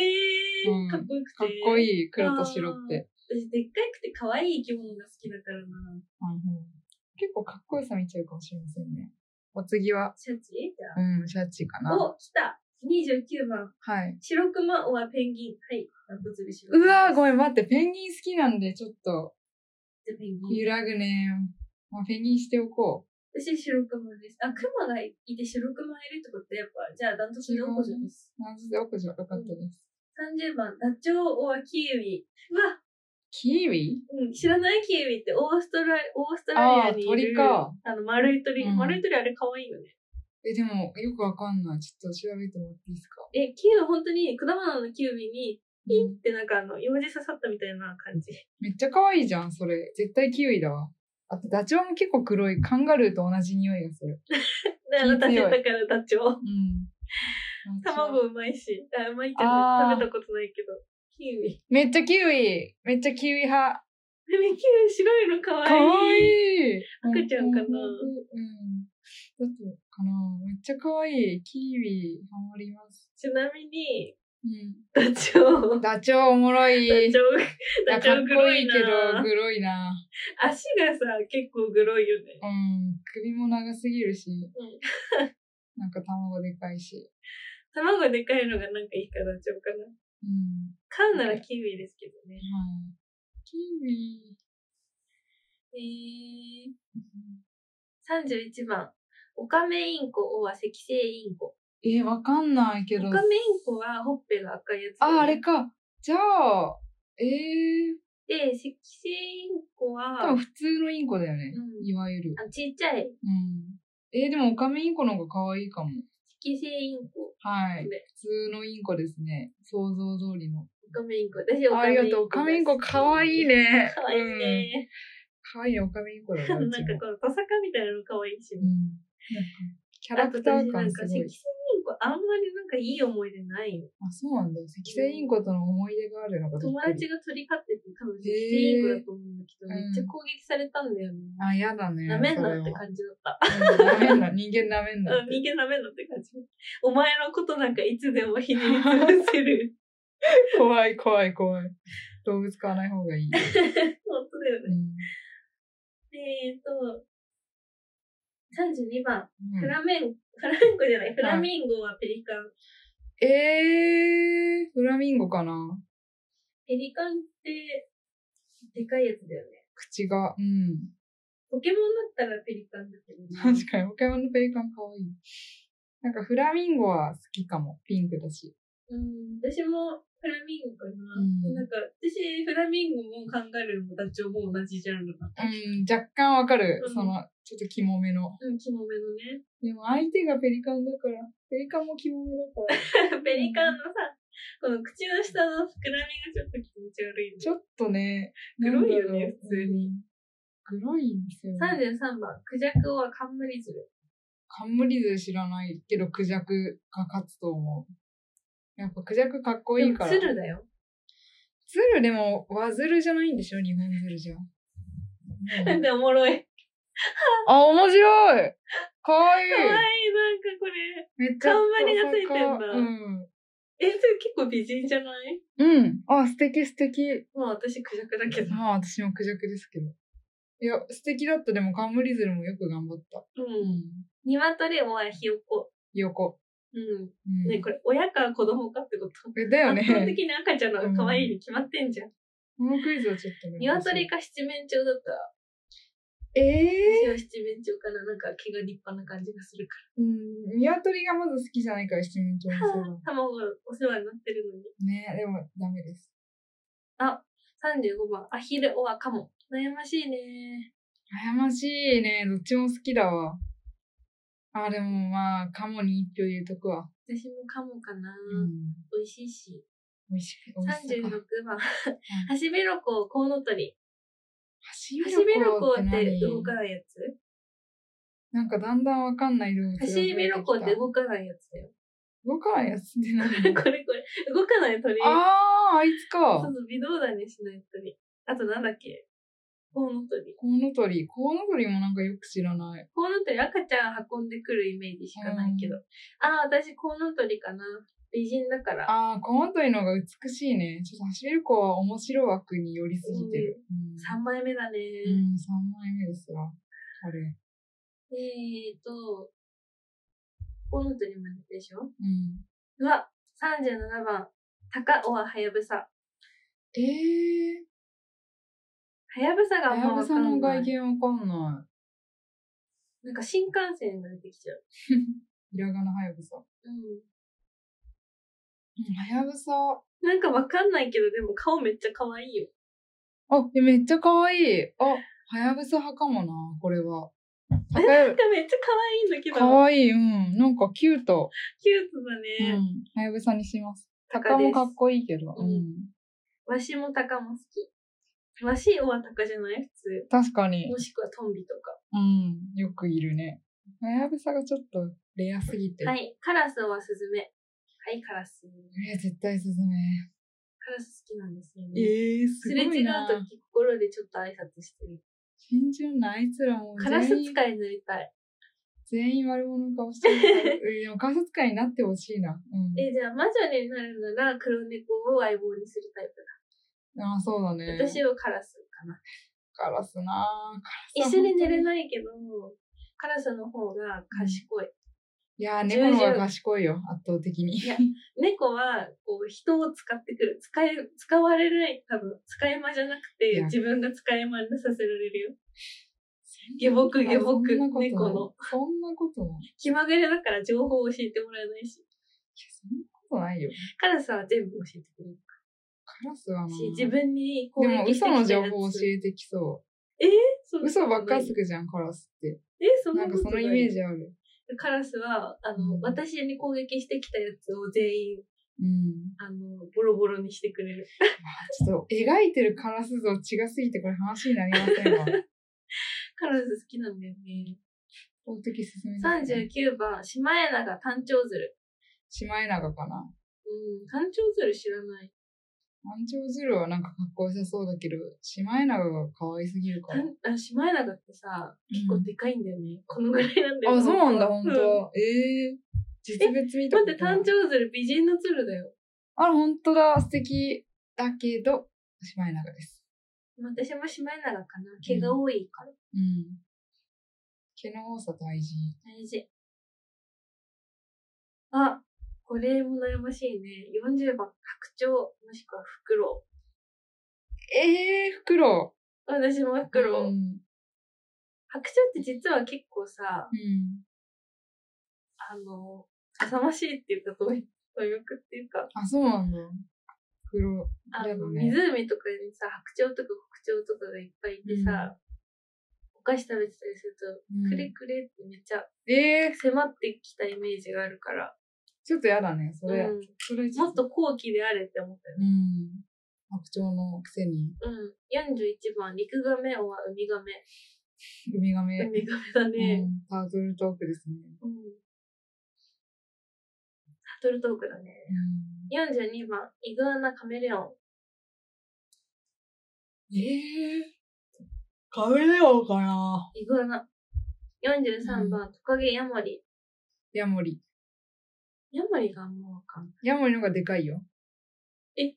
Speaker 1: ー、
Speaker 2: うん
Speaker 1: かっこよくて。
Speaker 2: かっこ
Speaker 1: い。
Speaker 2: いい、黒と白って。
Speaker 1: 私、でっかくて可愛い生き物が好きだからな。
Speaker 2: うん結構かっこよさ見ちゃうかもしれませんね。お次は、
Speaker 1: シャチじゃ
Speaker 2: うん、シャチか
Speaker 1: あ。
Speaker 2: な。
Speaker 1: お、来た !29 番。
Speaker 2: はい。
Speaker 1: 白クマオアペンギン。はい。ラブツル白
Speaker 2: うわーご
Speaker 1: ん。
Speaker 2: めん、待って、ペンギン好きなんで、ちょっと、
Speaker 1: じゃあペンギン
Speaker 2: 揺。らぐね。まあ、ペンギンしておこ
Speaker 1: 私、白クマです。あ、クマがいて白クマがいるってことやっぱ、じゃあ、ダントツの子じゃです。
Speaker 2: う。なんで奥じゃよかったです。
Speaker 1: 30番、ダチョウオアキウイ。うわ、
Speaker 2: キーウィ
Speaker 1: うん、知らないキウイってオーストラリオーストラリアにいる。
Speaker 2: あー鳥か。
Speaker 1: あの、丸い鳥。
Speaker 2: うん
Speaker 1: 丸い鳥あれ可愛いよね。
Speaker 2: え、でも、よくわかんない。ちょっと調べてもらっていいですか
Speaker 1: え、キウイ、本当に、果物のキウイに、ピンってなんかあの、用事刺さったみたいな感じ。
Speaker 2: めっちゃ可愛いじゃん、それ。絶対キウイだわ。あと、ダチョウも結構黒い。カンガルーと同じ匂いがする。
Speaker 1: で、あの、
Speaker 2: 気
Speaker 1: 立て
Speaker 2: 強
Speaker 1: た
Speaker 2: い
Speaker 1: からダチョウ。
Speaker 2: うん。
Speaker 1: 卵うまいし。あ、うまいけど、
Speaker 2: あー
Speaker 1: 食べたことないけど。キウイ。
Speaker 2: めっちゃキウイめっちゃキウイ派。
Speaker 1: でもキウイ白いの可愛い。
Speaker 2: かわい
Speaker 1: い。
Speaker 2: い
Speaker 1: 赤ちゃんかな
Speaker 2: うん。だと、かなめっちゃ可愛いキウイ、ハマります。
Speaker 1: ちなみに、
Speaker 2: うん。
Speaker 1: ダチョウ。
Speaker 2: ダチョウおもろい。
Speaker 1: ダチョウ、
Speaker 2: いや
Speaker 1: ダチョウ黒いな
Speaker 2: かっこいいけど、黒いな。
Speaker 1: 足がさ、結構黒いよね。
Speaker 2: うん。首も長すぎるし。
Speaker 1: うん
Speaker 2: なんか卵でかいし。
Speaker 1: 卵でかいのがなんかいいからダチョウかな。
Speaker 2: うん。
Speaker 1: 買うならキウイですけどね。
Speaker 2: はい。キウイ。
Speaker 1: えー、31番。オカメインコ、オア、セキセイインコ。
Speaker 2: えー、わかんないけ
Speaker 1: オ
Speaker 2: ど。
Speaker 1: カメインコはほっぺが赤いやつだよね、
Speaker 2: あ、あれか。じゃあ、えー、
Speaker 1: で、セキセイインコ
Speaker 2: 多
Speaker 1: は、
Speaker 2: 分普通のインコだよね。
Speaker 1: うん
Speaker 2: いわゆる。
Speaker 1: あちっちゃい。
Speaker 2: うん。えー、でもオカメインコの方が可愛いかも。
Speaker 1: セキセイインコ。
Speaker 2: はい。
Speaker 1: こ
Speaker 2: 普
Speaker 1: れ
Speaker 2: 通のインコですね。想像通りの。
Speaker 1: オカメインコ。私、オカ
Speaker 2: ああ
Speaker 1: メイ
Speaker 2: り
Speaker 1: ンコ。
Speaker 2: がとう。オカメインコ可愛 い。ね。
Speaker 1: かわいい
Speaker 2: うん。
Speaker 1: ね。
Speaker 2: 可愛いオカメインコだな。うち
Speaker 1: なん
Speaker 2: も
Speaker 1: かこのトサカみたいなの可愛いしね。
Speaker 2: うんキャラクター感す
Speaker 1: あと私なんか、セ
Speaker 2: ごい
Speaker 1: キ。セイインコあんまりなんかいい思い出ないの。
Speaker 2: あ、そうなんだ。赤星インコとの思い出があるのかと
Speaker 1: 友達が鳥飼ってて、多分セキセイインコだと思うんだけど、
Speaker 2: へー
Speaker 1: めっちゃ攻撃されたんだよね。
Speaker 2: あ、やだね。
Speaker 1: なめんなって
Speaker 2: じ。
Speaker 1: 感じだった。
Speaker 2: うんなめんな。人間なめんな
Speaker 1: う
Speaker 2: っ
Speaker 1: ん、
Speaker 2: て。
Speaker 1: 人間なめんなって感じ。お前のことなんかいつでもひねり潰せ る。
Speaker 2: 怖い、怖い、怖い。動物飼わない方がい い。
Speaker 1: 本当だよ
Speaker 2: う
Speaker 1: ね。
Speaker 2: ん
Speaker 1: えーと、32番、
Speaker 2: うん
Speaker 1: フラメン、フラメンコじゃない、フラミンゴはペリカン。
Speaker 2: えー、フラミンゴかな
Speaker 1: ペリカンって、でかいやつだよね。
Speaker 2: 口が。うん。
Speaker 1: ポケモンだったらペリカンだけどね。
Speaker 2: 確かに、ポケモンのペリカンかわいい。なんか、フラミンゴは好きかも。ピンクだし。
Speaker 1: うん、私もフラミンゴかな。
Speaker 2: うん
Speaker 1: でなんか、私、フラミンゴもカンガルーもダチョウも同じジャンルだ。
Speaker 2: うん、若干わかる
Speaker 1: う。ん
Speaker 2: その、ちょっとキモめの。
Speaker 1: うん、キモめのね。
Speaker 2: でも、相手がペリカンだから。ペリカンもキモめだから。
Speaker 1: ペリカンのさ、この口の下の膨らみがちょっと気持ち悪いんで
Speaker 2: ちょっとね、
Speaker 1: グロいよね
Speaker 2: なんだろう
Speaker 1: 普通に。
Speaker 2: うんグロいんですよ、ね。
Speaker 1: 33番、クジャクは冠ずる。
Speaker 2: 冠鶴知らないけど、クジャクが勝つと思う。やっぱクジャクかっこいいから。
Speaker 1: でも鶴だよ。
Speaker 2: 鶴でも、和鶴じゃないんでしょ日本鶴じゃ。
Speaker 1: なんでおもろい。
Speaker 2: あ、面白いかわいい
Speaker 1: かわいい、なんかこれ。
Speaker 2: めっちゃ
Speaker 1: 看板がついてんだ
Speaker 2: うん。
Speaker 1: え、それ結構美人じゃない
Speaker 2: うん。あ、素敵素敵。
Speaker 1: まあ私、クジャクだけど。
Speaker 2: まあ私もクジャクですけど。いや、素敵だった。でも、冠鶴もよく頑張った。
Speaker 1: う。。
Speaker 2: うん
Speaker 1: 鶏はひよこ。
Speaker 2: 横。
Speaker 1: うん。
Speaker 2: うん。
Speaker 1: ねこれ、親か子供かってこと。
Speaker 2: えだよ
Speaker 1: 圧倒
Speaker 2: ね。
Speaker 1: 的に赤ちゃんの方が可愛いに決まってんじゃん。
Speaker 2: このクイズはちょっと難しい。
Speaker 1: 鶏か七面鳥だったら、
Speaker 2: え
Speaker 1: 私
Speaker 2: え
Speaker 1: は七面鳥かな。なんか毛が立派な感じがするか
Speaker 2: うん、鶏がまず好きじゃないから七面鳥もそうだ。
Speaker 1: ら。卵がお世話になってるのに。
Speaker 2: ねでもダメです。
Speaker 1: あ、35番、アヒルオアカモ。悩ましいね。
Speaker 2: 悩ましいね。どっちも好きだわ。あ、でもまあ、カモに一票入れとくわ。
Speaker 1: 私もカモかな。
Speaker 2: うん。
Speaker 1: 美味しいし。
Speaker 2: 美味しく、美味し
Speaker 1: 36
Speaker 2: く。
Speaker 1: 番、ハシビロコウコウノトリ。
Speaker 2: ハ
Speaker 1: ハシビ
Speaker 2: シ
Speaker 1: ロコ
Speaker 2: ロコ
Speaker 1: ウ
Speaker 2: ウっ
Speaker 1: ってて動
Speaker 2: 何
Speaker 1: かないやつ
Speaker 2: なんかだんだんわかんない動物
Speaker 1: ハ
Speaker 2: が増えてき
Speaker 1: シ
Speaker 2: た
Speaker 1: ビロコウって動かないやつだよ。
Speaker 2: 動かないやつって何
Speaker 1: これこれ、動かない鳥。
Speaker 2: あー、あいつ
Speaker 1: そう
Speaker 2: か
Speaker 1: そ。う、微動だにしない鳥。あとなんだっけコウノトリ。
Speaker 2: コウノトリ。コウノトリもなんかよく知らない。
Speaker 1: コウノトリ赤ちゃん運んでくるイメージしかないけど。ああ、私コウノトリかな。美人だから。
Speaker 2: あー、コウノトリの方が美しいね。ちょっとハシビロコウは面白枠に寄りすぎてる。うん
Speaker 1: 3枚目だね。
Speaker 2: うん、3枚目ですわ。あれ。
Speaker 1: えーと、コウノトリまででしょ
Speaker 2: うん。
Speaker 1: うわ、37番。タカオアハヤブサ。
Speaker 2: ええ
Speaker 1: ハヤブサ
Speaker 2: ー、
Speaker 1: があ
Speaker 2: は
Speaker 1: ん
Speaker 2: や
Speaker 1: まわ
Speaker 2: ぶ
Speaker 1: か
Speaker 2: さの
Speaker 1: んな
Speaker 2: 外
Speaker 1: い。
Speaker 2: 見わかんな
Speaker 1: なんか新幹線が出てきちゃう。
Speaker 2: い。ひらがなはやぶさ。
Speaker 1: う
Speaker 2: うん、はやぶさ。あ、
Speaker 1: ん。なんかわかんないけど、でも顔めっちゃ可愛いよ。
Speaker 2: えめっちゃ可愛い。あ、はやぶさ派かもな、これは。高
Speaker 1: なんかめっちゃ可愛いんだけど。
Speaker 2: い。可愛い、うん。なんかキュート。
Speaker 1: キュート
Speaker 2: う
Speaker 1: だね。
Speaker 2: ん。はやぶさにします。
Speaker 1: 鷹
Speaker 2: 高
Speaker 1: で
Speaker 2: も
Speaker 1: す
Speaker 2: かっこいいけど。
Speaker 1: う
Speaker 2: うんん。
Speaker 1: わしもタカも好き。わしはタカじゃない普通。
Speaker 2: 確かに
Speaker 1: も。しくはトンビとか。
Speaker 2: うん。よくいるね。はやぶさがちょっとレアすぎて。
Speaker 1: はい。カラスはスズメ。はい、カラス。
Speaker 2: えー絶対すずめ。
Speaker 1: カラス好きなんですよね。
Speaker 2: えー、す
Speaker 1: すれ違うとき心でちょっと挨拶してる。
Speaker 2: 信じらんないあいつらもう
Speaker 1: カラス
Speaker 2: 全員
Speaker 1: 使いになりたい。
Speaker 2: 全員悪者顔してる。うんでも観察官になってほしいな。うん。
Speaker 1: え、じゃあ魔女になるなら黒猫を相棒にするタイプ
Speaker 2: ああ、そうだね。
Speaker 1: だ。私はカラスかな。
Speaker 2: カラスなカラス
Speaker 1: 一緒に寝れないけど、カラスの方が賢い。
Speaker 2: い。いやー、猫の方が賢いよ、圧倒的に。
Speaker 1: いや猫はこう人を使ってくる使え使われない多分使い魔じゃなくて
Speaker 2: いや
Speaker 1: 自分が使い魔にさせられるよ下僕下
Speaker 2: そん
Speaker 1: 僕
Speaker 2: なことない
Speaker 1: 猫の。
Speaker 2: そんなことない。いや、
Speaker 1: 気まぐれだから情報を教えてもらえないし
Speaker 2: そんなことないよ。
Speaker 1: カラスは全部教えてくれる
Speaker 2: カラスはな。
Speaker 1: し自分に攻
Speaker 2: でも、
Speaker 1: 撃してきた
Speaker 2: 嘘
Speaker 1: や
Speaker 2: の
Speaker 1: つ
Speaker 2: 情報を教えてきそ。
Speaker 1: そう
Speaker 2: 嘘ばっかつ
Speaker 1: え
Speaker 2: くじゃん、カラスって。
Speaker 1: そん
Speaker 2: な
Speaker 1: なんこ
Speaker 2: か
Speaker 1: と
Speaker 2: その
Speaker 1: ない
Speaker 2: イメージある。
Speaker 1: カラスはあの、
Speaker 2: うん
Speaker 1: 私に攻撃してきたやつを全員
Speaker 2: うん。
Speaker 1: あのボロボロにしてくれる
Speaker 2: ちょっと、描いてるカラス像違すぎて、これ話になりませんわ。
Speaker 1: カラス好きなんだよね
Speaker 2: 法的進めですね。
Speaker 1: 39番シマエナガ単調鶴
Speaker 2: シマエナガかな。
Speaker 1: うん、単調鶴知らない。
Speaker 2: 満潮鶴はなんかかっこよさそうだけど、シマエナガが可愛すぎるから。
Speaker 1: たあシマエナガってさ、結
Speaker 2: う
Speaker 1: 構
Speaker 2: ん
Speaker 1: でかいんだよね。このぐらいなんだよ。
Speaker 2: あ、そうなんだ、本当
Speaker 1: うん
Speaker 2: は。ええ実物見た
Speaker 1: 待
Speaker 2: こ
Speaker 1: って、
Speaker 2: とない。
Speaker 1: 単調鶴美人の鶴だよ。
Speaker 2: あ、本当だ、素敵だけど、シマエナガです。
Speaker 1: 私もシマエナガかな。毛が多いから。
Speaker 2: うん。毛の多さ大事。
Speaker 1: 大事。あ、これも悩ましいね。40番、白鳥、もしくはフクロ
Speaker 2: ええフクロ
Speaker 1: ウ。私もフ
Speaker 2: ウ。
Speaker 1: クロウ。
Speaker 2: うん。
Speaker 1: 白鳥って実は結構さ、
Speaker 2: うん。
Speaker 1: あの、浅ましいっていうか、どういう、貪欲っていうか、
Speaker 2: あ、そうなんだ。フクロ
Speaker 1: あ
Speaker 2: やだ
Speaker 1: の、
Speaker 2: ね
Speaker 1: 湖とかにさ、白鳥とか黒鳥とかがいっぱいいてさ、お菓子食べてたりすると、
Speaker 2: ウ。うん
Speaker 1: くれくれってめっちゃ
Speaker 2: ええ
Speaker 1: 迫ってきたイメージがあるから、
Speaker 2: ちょっとやだね、それ。
Speaker 1: うん
Speaker 2: それちょ
Speaker 1: もっと後期であれって思ったよ
Speaker 2: う
Speaker 1: ね。
Speaker 2: ん。白鳥のくせに、
Speaker 1: うん。41番、陸亀はウミガメ。
Speaker 2: ウミガメ、
Speaker 1: ウミガメだね
Speaker 2: う。んタートルトークですね。
Speaker 1: うん。タトルトークだね。42番、イグアナカメレオン。
Speaker 2: ええカメレオンかな
Speaker 1: イグアナ。43番、トカゲヤモリ。
Speaker 2: ヤモリ。
Speaker 1: ヤモリがもうかん
Speaker 2: ヤモリの方がでかいよ。
Speaker 1: え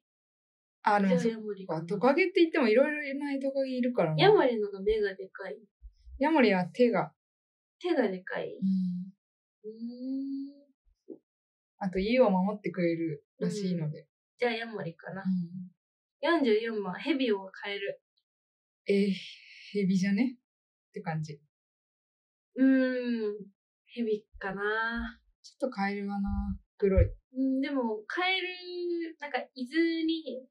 Speaker 2: あ、で
Speaker 1: じゃ
Speaker 2: も
Speaker 1: あ
Speaker 2: そっ
Speaker 1: ヤモリか
Speaker 2: か。
Speaker 1: な
Speaker 2: トカゲって言ってもいろいろいないトカゲいるからな。
Speaker 1: ヤモリの方が目がでかい。
Speaker 2: ヤモリは手が。
Speaker 1: 手がでかい。
Speaker 2: うん。
Speaker 1: うーん。
Speaker 2: あと家を守ってくれるらしいので。
Speaker 1: じゃあヤモリかな。
Speaker 2: うん
Speaker 1: 44番、ヘビを変える。
Speaker 2: えー、ヘビじゃねって感じ。
Speaker 1: うーん。ヘビかな。
Speaker 2: ちょっとカエルはな、黒い。う
Speaker 1: うん、でも、カエル、なんか、伊豆に
Speaker 2: ん。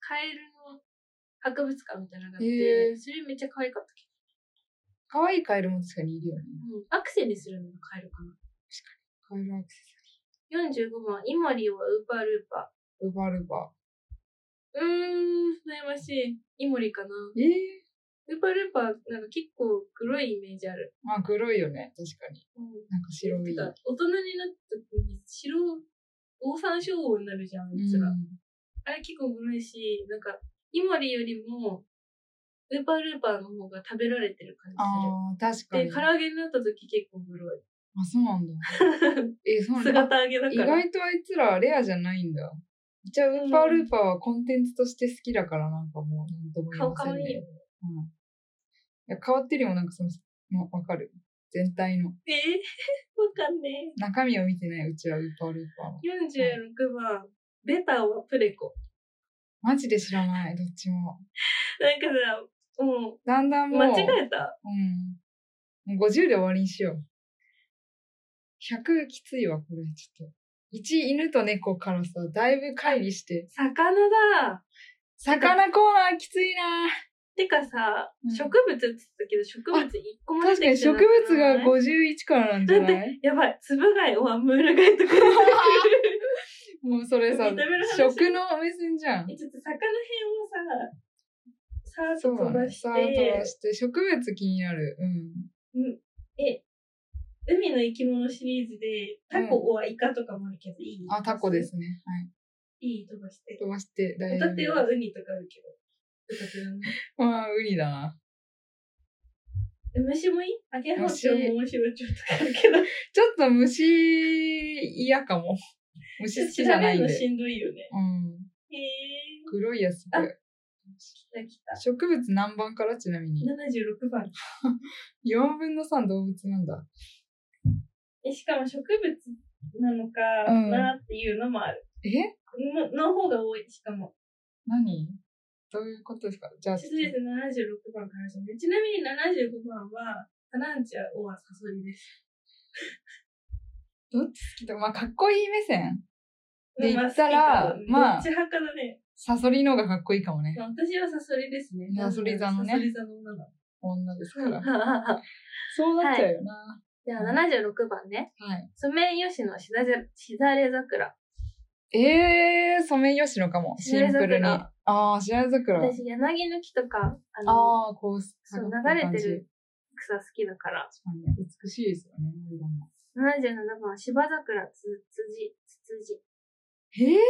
Speaker 1: カエルの博物館みたいなのがあって、
Speaker 2: へー
Speaker 1: それめっちゃ可愛かったけ
Speaker 2: 可愛いカエルも確かにいるよね。
Speaker 1: ど、うん、アクセにするのがカエルかな。
Speaker 2: カエルアクセ
Speaker 1: 45番、イモリはウーパールーパ
Speaker 2: サリー。ウバルバ。
Speaker 1: ー。うーん、悩ましい。イモリかな。
Speaker 2: ええ
Speaker 1: ウーパールーパー、なんか結構黒いイメージある。
Speaker 2: ー。まあ黒いよね、確かに。
Speaker 1: うん。
Speaker 2: なんか白
Speaker 1: て
Speaker 2: い。
Speaker 1: か、大人になった時に白、オオサンショウウオになるじゃん、う
Speaker 2: うん
Speaker 1: ちら。あれ結構黒いし、なんか、イモリよりも、ウーパールーパーの方が食べられてる感
Speaker 2: ああ、確
Speaker 1: じ
Speaker 2: か
Speaker 1: する。
Speaker 2: に。
Speaker 1: で、唐揚げになった時結構黒い。
Speaker 2: あ、そうな んだ。えー、そうなんだ。
Speaker 1: 姿揚げだ
Speaker 2: 意
Speaker 1: から。
Speaker 2: 外とあいつらレアじゃないんだ。じゃあ、ウーパールーパーはコンテンツとして好きだから、なんかもう、なんとも言え
Speaker 1: 顔
Speaker 2: ませ
Speaker 1: 可
Speaker 2: ん
Speaker 1: 愛い
Speaker 2: ね
Speaker 1: よ。。
Speaker 2: うん。いや変わってるよ、なんかその、もうわかる。全体の。
Speaker 1: えー、 わかんねえ。
Speaker 2: 中身を見てないうちはウーパールーパーの。
Speaker 1: 46番、ベタはプレコ。
Speaker 2: マジで知らない、どっちも。
Speaker 1: なんかさ、も
Speaker 2: だんだん
Speaker 1: う、
Speaker 2: もう、
Speaker 1: 間違えた。
Speaker 2: うん。もう50で終わりにしよう。100きついわ、これ、ちょっと。1犬と猫からさ、だいぶ乖離して。
Speaker 1: 魚だ。
Speaker 2: 魚コーナーきついな
Speaker 1: てかさ、
Speaker 2: うん
Speaker 1: 植物って言ってたけど、植物一個も出
Speaker 2: 確か
Speaker 1: て
Speaker 2: に
Speaker 1: きて
Speaker 2: 植
Speaker 1: なくない
Speaker 2: 物が51からなんじゃない
Speaker 1: やばい、つぶ貝はムール貝 とか出てくる。
Speaker 2: もうそれさ
Speaker 1: 認める、話
Speaker 2: 食の目線じゃん。
Speaker 1: えちょっと魚編をさ、さ
Speaker 2: そ
Speaker 1: ーっ
Speaker 2: う
Speaker 1: と飛
Speaker 2: だ
Speaker 1: ば
Speaker 2: ね。
Speaker 1: し
Speaker 2: さあ、飛ば
Speaker 1: て、
Speaker 2: して、植物気になる。うん。
Speaker 1: え、海の生き物シリーズで、タコ、オアイカとかもあるけど、いい
Speaker 2: あ、タコで。すね。はい。
Speaker 1: いい飛ばして。
Speaker 2: 飛ばして、大
Speaker 1: ホ
Speaker 2: 丈
Speaker 1: タテは
Speaker 2: 夫。
Speaker 1: ウニとかあるけど。ホタテだね
Speaker 2: まあ、ウニだな。
Speaker 1: 虫もいいアゲハチョウも面白いちょっとかあるけど。
Speaker 2: ちょっと虫嫌かも。虫好き
Speaker 1: 調
Speaker 2: じゃな
Speaker 1: べ
Speaker 2: いん
Speaker 1: るの
Speaker 2: で。
Speaker 1: しんどいよね。
Speaker 2: うん。
Speaker 1: へえ。
Speaker 2: 黒いやつ。
Speaker 1: あー。来た来
Speaker 2: 植物何番からちなみに。
Speaker 1: た。76番。
Speaker 2: 4分の3動物なんだ。
Speaker 1: え、しかも植物なのか
Speaker 2: うん
Speaker 1: なっていうのもある。
Speaker 2: え
Speaker 1: のの方が多い、しかも。
Speaker 2: 何どういうことですかじゃあ、
Speaker 1: とりあえず76番から始める。ちなみに75番は、タランチャオアサソリです。
Speaker 2: どっち好きだまあ、かっこいい目線。で
Speaker 1: まあ
Speaker 2: 言った
Speaker 1: 好
Speaker 2: ら
Speaker 1: きかど
Speaker 2: まあ
Speaker 1: どっち派かだね。
Speaker 2: サソリの方がかっこいいかもね。
Speaker 1: まあ私はサソリですね。
Speaker 2: サソリ座のね
Speaker 1: サソリ座の女だ。
Speaker 2: 女ですか ら。
Speaker 1: じ
Speaker 2: そうなっちゃうよな。
Speaker 1: ゃあ76番ね。
Speaker 2: はい。
Speaker 1: ソメイヨシノしだぜしだれ桜。
Speaker 2: えー、ソメイヨシノかも。シンプ
Speaker 1: 白
Speaker 2: ル
Speaker 1: 井
Speaker 2: に。あ
Speaker 1: 桜
Speaker 2: あー、白井桜。
Speaker 1: 私、柳の木とか、あの、
Speaker 2: ああ、こう、
Speaker 1: そう
Speaker 2: 下がって
Speaker 1: 流れて
Speaker 2: 感
Speaker 1: る草好きだから。
Speaker 2: じ。確かにね美しいですよね。色も
Speaker 1: 77番、芝桜、つ、つじ、つつじ。
Speaker 2: えー、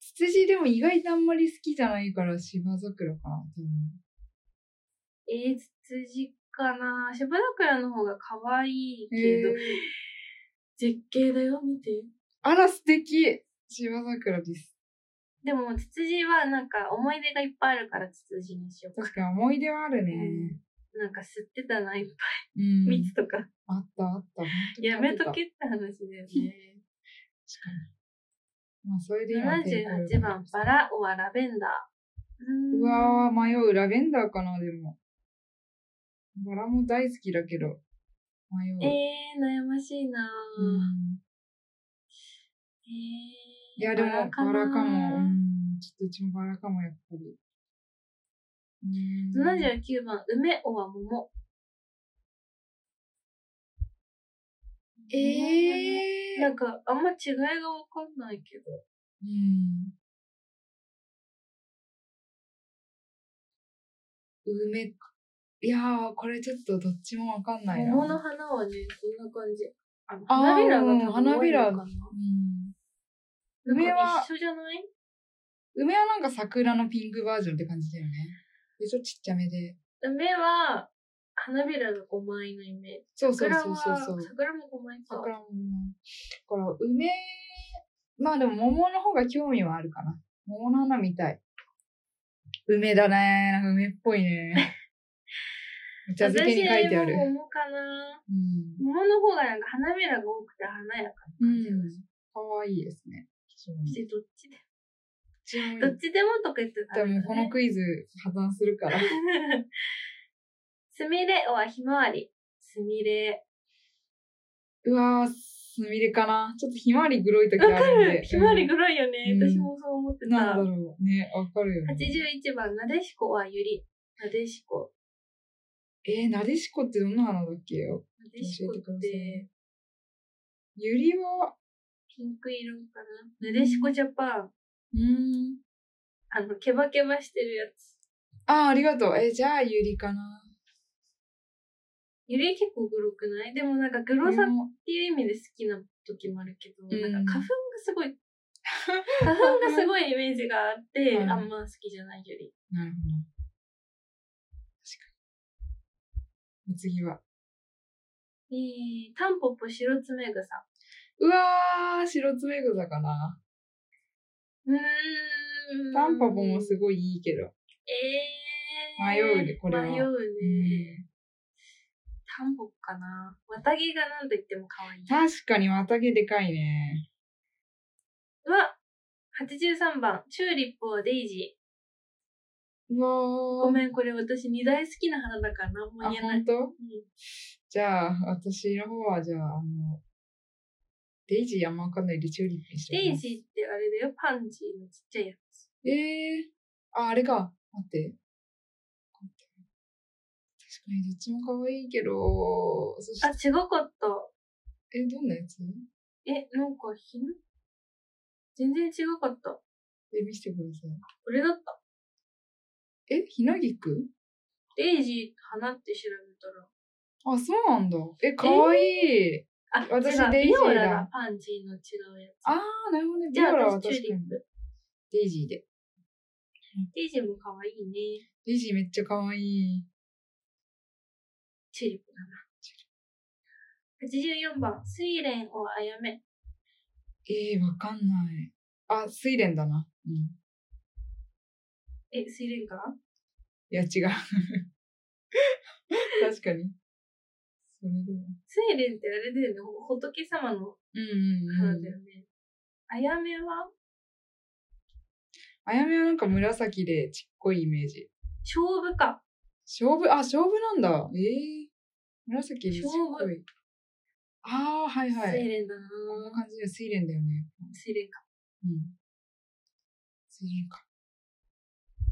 Speaker 2: ツツジでも意外とあんまり好きじゃないから、芝桜かな、多分。
Speaker 1: えー、つつじかな芝桜の方が可愛いけ
Speaker 2: え
Speaker 1: ど、
Speaker 2: ー、
Speaker 1: 絶景だよ、見て。
Speaker 2: あら、素敵芝桜です。
Speaker 1: でも、つつじはなんか思い出がいっぱいあるから、つつじにしようか。
Speaker 2: 確かに思い出はあるね。
Speaker 1: なんか吸ってたな、いっぱ
Speaker 2: うん。
Speaker 1: い蜜とか。
Speaker 2: あったあった。
Speaker 1: やめと
Speaker 2: 本
Speaker 1: けって 話だよね。
Speaker 2: 当にあった。まあ、それで今抵抗力
Speaker 1: 78番、バラ、オア、ラベンダー。
Speaker 2: うわー、迷う。ラベンダーかな、でも。バラも大好きだけど、迷う。
Speaker 1: えー、悩ましいなぁ、
Speaker 2: うん
Speaker 1: えー、い
Speaker 2: いや、でも、バラか
Speaker 1: な
Speaker 2: も。うん。ちょっとうちもバラかも、やっぱり。うん
Speaker 1: 79番、梅おは桃。えー、
Speaker 2: な
Speaker 1: なんんかあんま違いがわかんないけど。
Speaker 2: うん。梅、いやー、これちょっとどっちもわかんないな。
Speaker 1: 桃の花はね、こんな感じ。あの
Speaker 2: あー
Speaker 1: 花びらが多分
Speaker 2: 花びら
Speaker 1: 多いのかな
Speaker 2: うん
Speaker 1: なん
Speaker 2: 梅は
Speaker 1: か一緒じゃない
Speaker 2: 梅はなんか桜のピンクバージョンって感じだよね。で、ちょっとちっちゃめで。
Speaker 1: 梅は花びらが5枚のイメージ。
Speaker 2: そうそう
Speaker 1: 桜
Speaker 2: そう
Speaker 1: は
Speaker 2: そうそう。
Speaker 1: 桜も5枚か。
Speaker 2: 桜も。ほら、梅、まあでも桃の方が興味はあるかな。桃の花みたい。梅だね。なんか梅っぽい ね。お茶漬けに書いてある
Speaker 1: 私。も桃かな。
Speaker 2: うん。
Speaker 1: 桃の方がなんか花びらが多くて華やかな感じがし
Speaker 2: かわいいですね。
Speaker 1: て、どっちで
Speaker 2: ちなみに
Speaker 1: どっちでもとか言ってた
Speaker 2: で
Speaker 1: ら、
Speaker 2: もこのクイズ破綻する から。
Speaker 1: すみれはひまわり。すみ れ。
Speaker 2: うわー、すみれかな。ちょっとひまわりグロい時
Speaker 1: わ
Speaker 2: あ
Speaker 1: か
Speaker 2: るん
Speaker 1: る
Speaker 2: で。
Speaker 1: ひまわり
Speaker 2: グ
Speaker 1: ぐらいよね。
Speaker 2: うん
Speaker 1: 私もそう思ってた。
Speaker 2: なんだろう。ね、わかるよ、ね。
Speaker 1: 81番、なでしこはゆり。なでしこ。
Speaker 2: えー、なでしこってどんな花だっけよ。
Speaker 1: なでしこ
Speaker 2: 教えてくだ
Speaker 1: っ
Speaker 2: さ
Speaker 1: て
Speaker 2: いゆりは、
Speaker 1: ピンク色かな。なでしこジャパン。
Speaker 2: うーん。
Speaker 1: あの、ケバケバしてるやつ。
Speaker 2: あー、ありがとう。えーじゃあゆりかな。
Speaker 1: ゆり結構グロくないでもなんかグ
Speaker 2: こ
Speaker 1: ロさっ
Speaker 2: も
Speaker 1: ていう意味で好きな時もあるけど、
Speaker 2: うん
Speaker 1: なんか花粉がす ごい、花粉がすごいイメージがあって、
Speaker 2: うん
Speaker 1: あんま好きじゃないより。
Speaker 2: なるほど。確かに。お次は。
Speaker 1: えー、タンポポ白爪草。
Speaker 2: うわー、白爪草かな。
Speaker 1: うーん。
Speaker 2: タンポポもすごいいいけど。
Speaker 1: えー、
Speaker 2: 迷うねこれは
Speaker 1: 迷うね。
Speaker 2: うん
Speaker 1: タンポポかな。綿毛が何と言っても可愛い。
Speaker 2: 確かに綿毛でかいね。
Speaker 1: うわ !83 番、チューリップはデイジー。
Speaker 2: うわ
Speaker 1: ご
Speaker 2: ん。
Speaker 1: めん、これ私2大好きな花だから何も
Speaker 2: あ、
Speaker 1: 言えない
Speaker 2: 本。当？
Speaker 1: うん
Speaker 2: じゃあ、私の方は、じゃあ、あの、デイジーあんまわかんないでチューリップにして
Speaker 1: デイジーってあれだよ、パンジーのちっちゃいやつ。
Speaker 2: ーえー、あ、あれか。待って。確かにどっちも可愛いけど、そし
Speaker 1: あ、違かった。
Speaker 2: え、どんなやつ
Speaker 1: え、なんかひな全然違かった。
Speaker 2: え、見せてくださ
Speaker 1: これだった。
Speaker 2: い。え、ひなぎく
Speaker 1: デイジー花って調べ
Speaker 2: あ、そうなんだ。え、可愛い
Speaker 1: たら。あ、
Speaker 2: 私
Speaker 1: 違う
Speaker 2: デイジ
Speaker 1: ビ
Speaker 2: ーだ
Speaker 1: オラがパンジーの違うやつ。
Speaker 2: あー、なるほどね。
Speaker 1: じゃあ
Speaker 2: ビオラは
Speaker 1: 私チューリップ
Speaker 2: 確かにデイジーで。
Speaker 1: デイジーも可愛いね。
Speaker 2: デイジーめっちゃ可愛い。
Speaker 1: チューリップだな。84番、睡蓮をあやめ。
Speaker 2: えー、わかんない。あ、睡蓮だな。うん。い
Speaker 1: え、睡蓮か
Speaker 2: や、違う。 確かに。それでも。
Speaker 1: 睡蓮ってあれだよね、ほ仏様の
Speaker 2: うんうん
Speaker 1: 花
Speaker 2: うん
Speaker 1: だ。よね。あやめは
Speaker 2: あやめはなんか紫でちっこいイメージ。
Speaker 1: 勝負か。
Speaker 2: 勝負、あ、勝負なんだ。えー。紫でちっこ
Speaker 1: 勝
Speaker 2: い。あー、はいは
Speaker 1: 睡
Speaker 2: い。
Speaker 1: 蓮だな
Speaker 2: こんな感じで睡蓮だよね。
Speaker 1: 睡蓮か。
Speaker 2: うん。睡蓮か。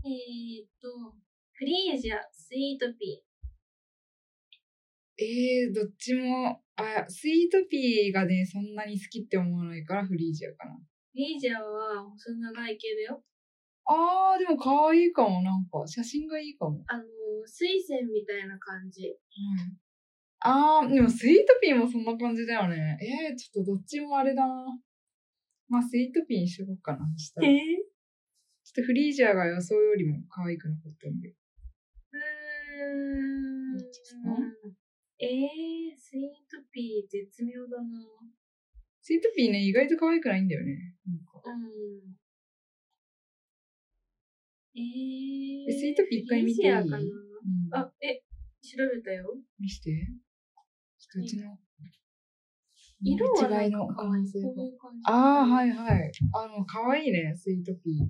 Speaker 1: えーっと、フリージャ、スイートピ
Speaker 2: えー、どっちも、あ、スイートピーがね、そんなに好きって思わないからフリージアかな。
Speaker 1: ー。フリージャは細長い系だよ。
Speaker 2: あー、でも可愛いかも、なんか。写真がいいかも。
Speaker 1: あのー、水仙みたいな感じ。
Speaker 2: あー、でもスイートピーもそんな感じだよね。えー、ちょっとどっちもあれだな。まあ、スイートピーにしとこうかな、そしたら。ちょっとフリージアが予想よりも可愛くなかったんで。
Speaker 1: うーん
Speaker 2: どっちですか。
Speaker 1: えー、スイートピー絶妙だな
Speaker 2: スイートピーね、意外と可愛くないんだよね。なんか。
Speaker 1: うん。え
Speaker 2: え
Speaker 1: ー、
Speaker 2: スイートピー一回見て
Speaker 1: フリ
Speaker 2: いい
Speaker 1: ージャか
Speaker 2: うん、
Speaker 1: なあ、え、調べたよ。
Speaker 2: 見して。ちょっとうちの。
Speaker 1: 色はな
Speaker 2: 違い
Speaker 1: んか
Speaker 2: の
Speaker 1: 可愛い。
Speaker 2: 感性が
Speaker 1: こういう感じ。。
Speaker 2: ああ、はいいはい。あの、かわいいね、スイートピー。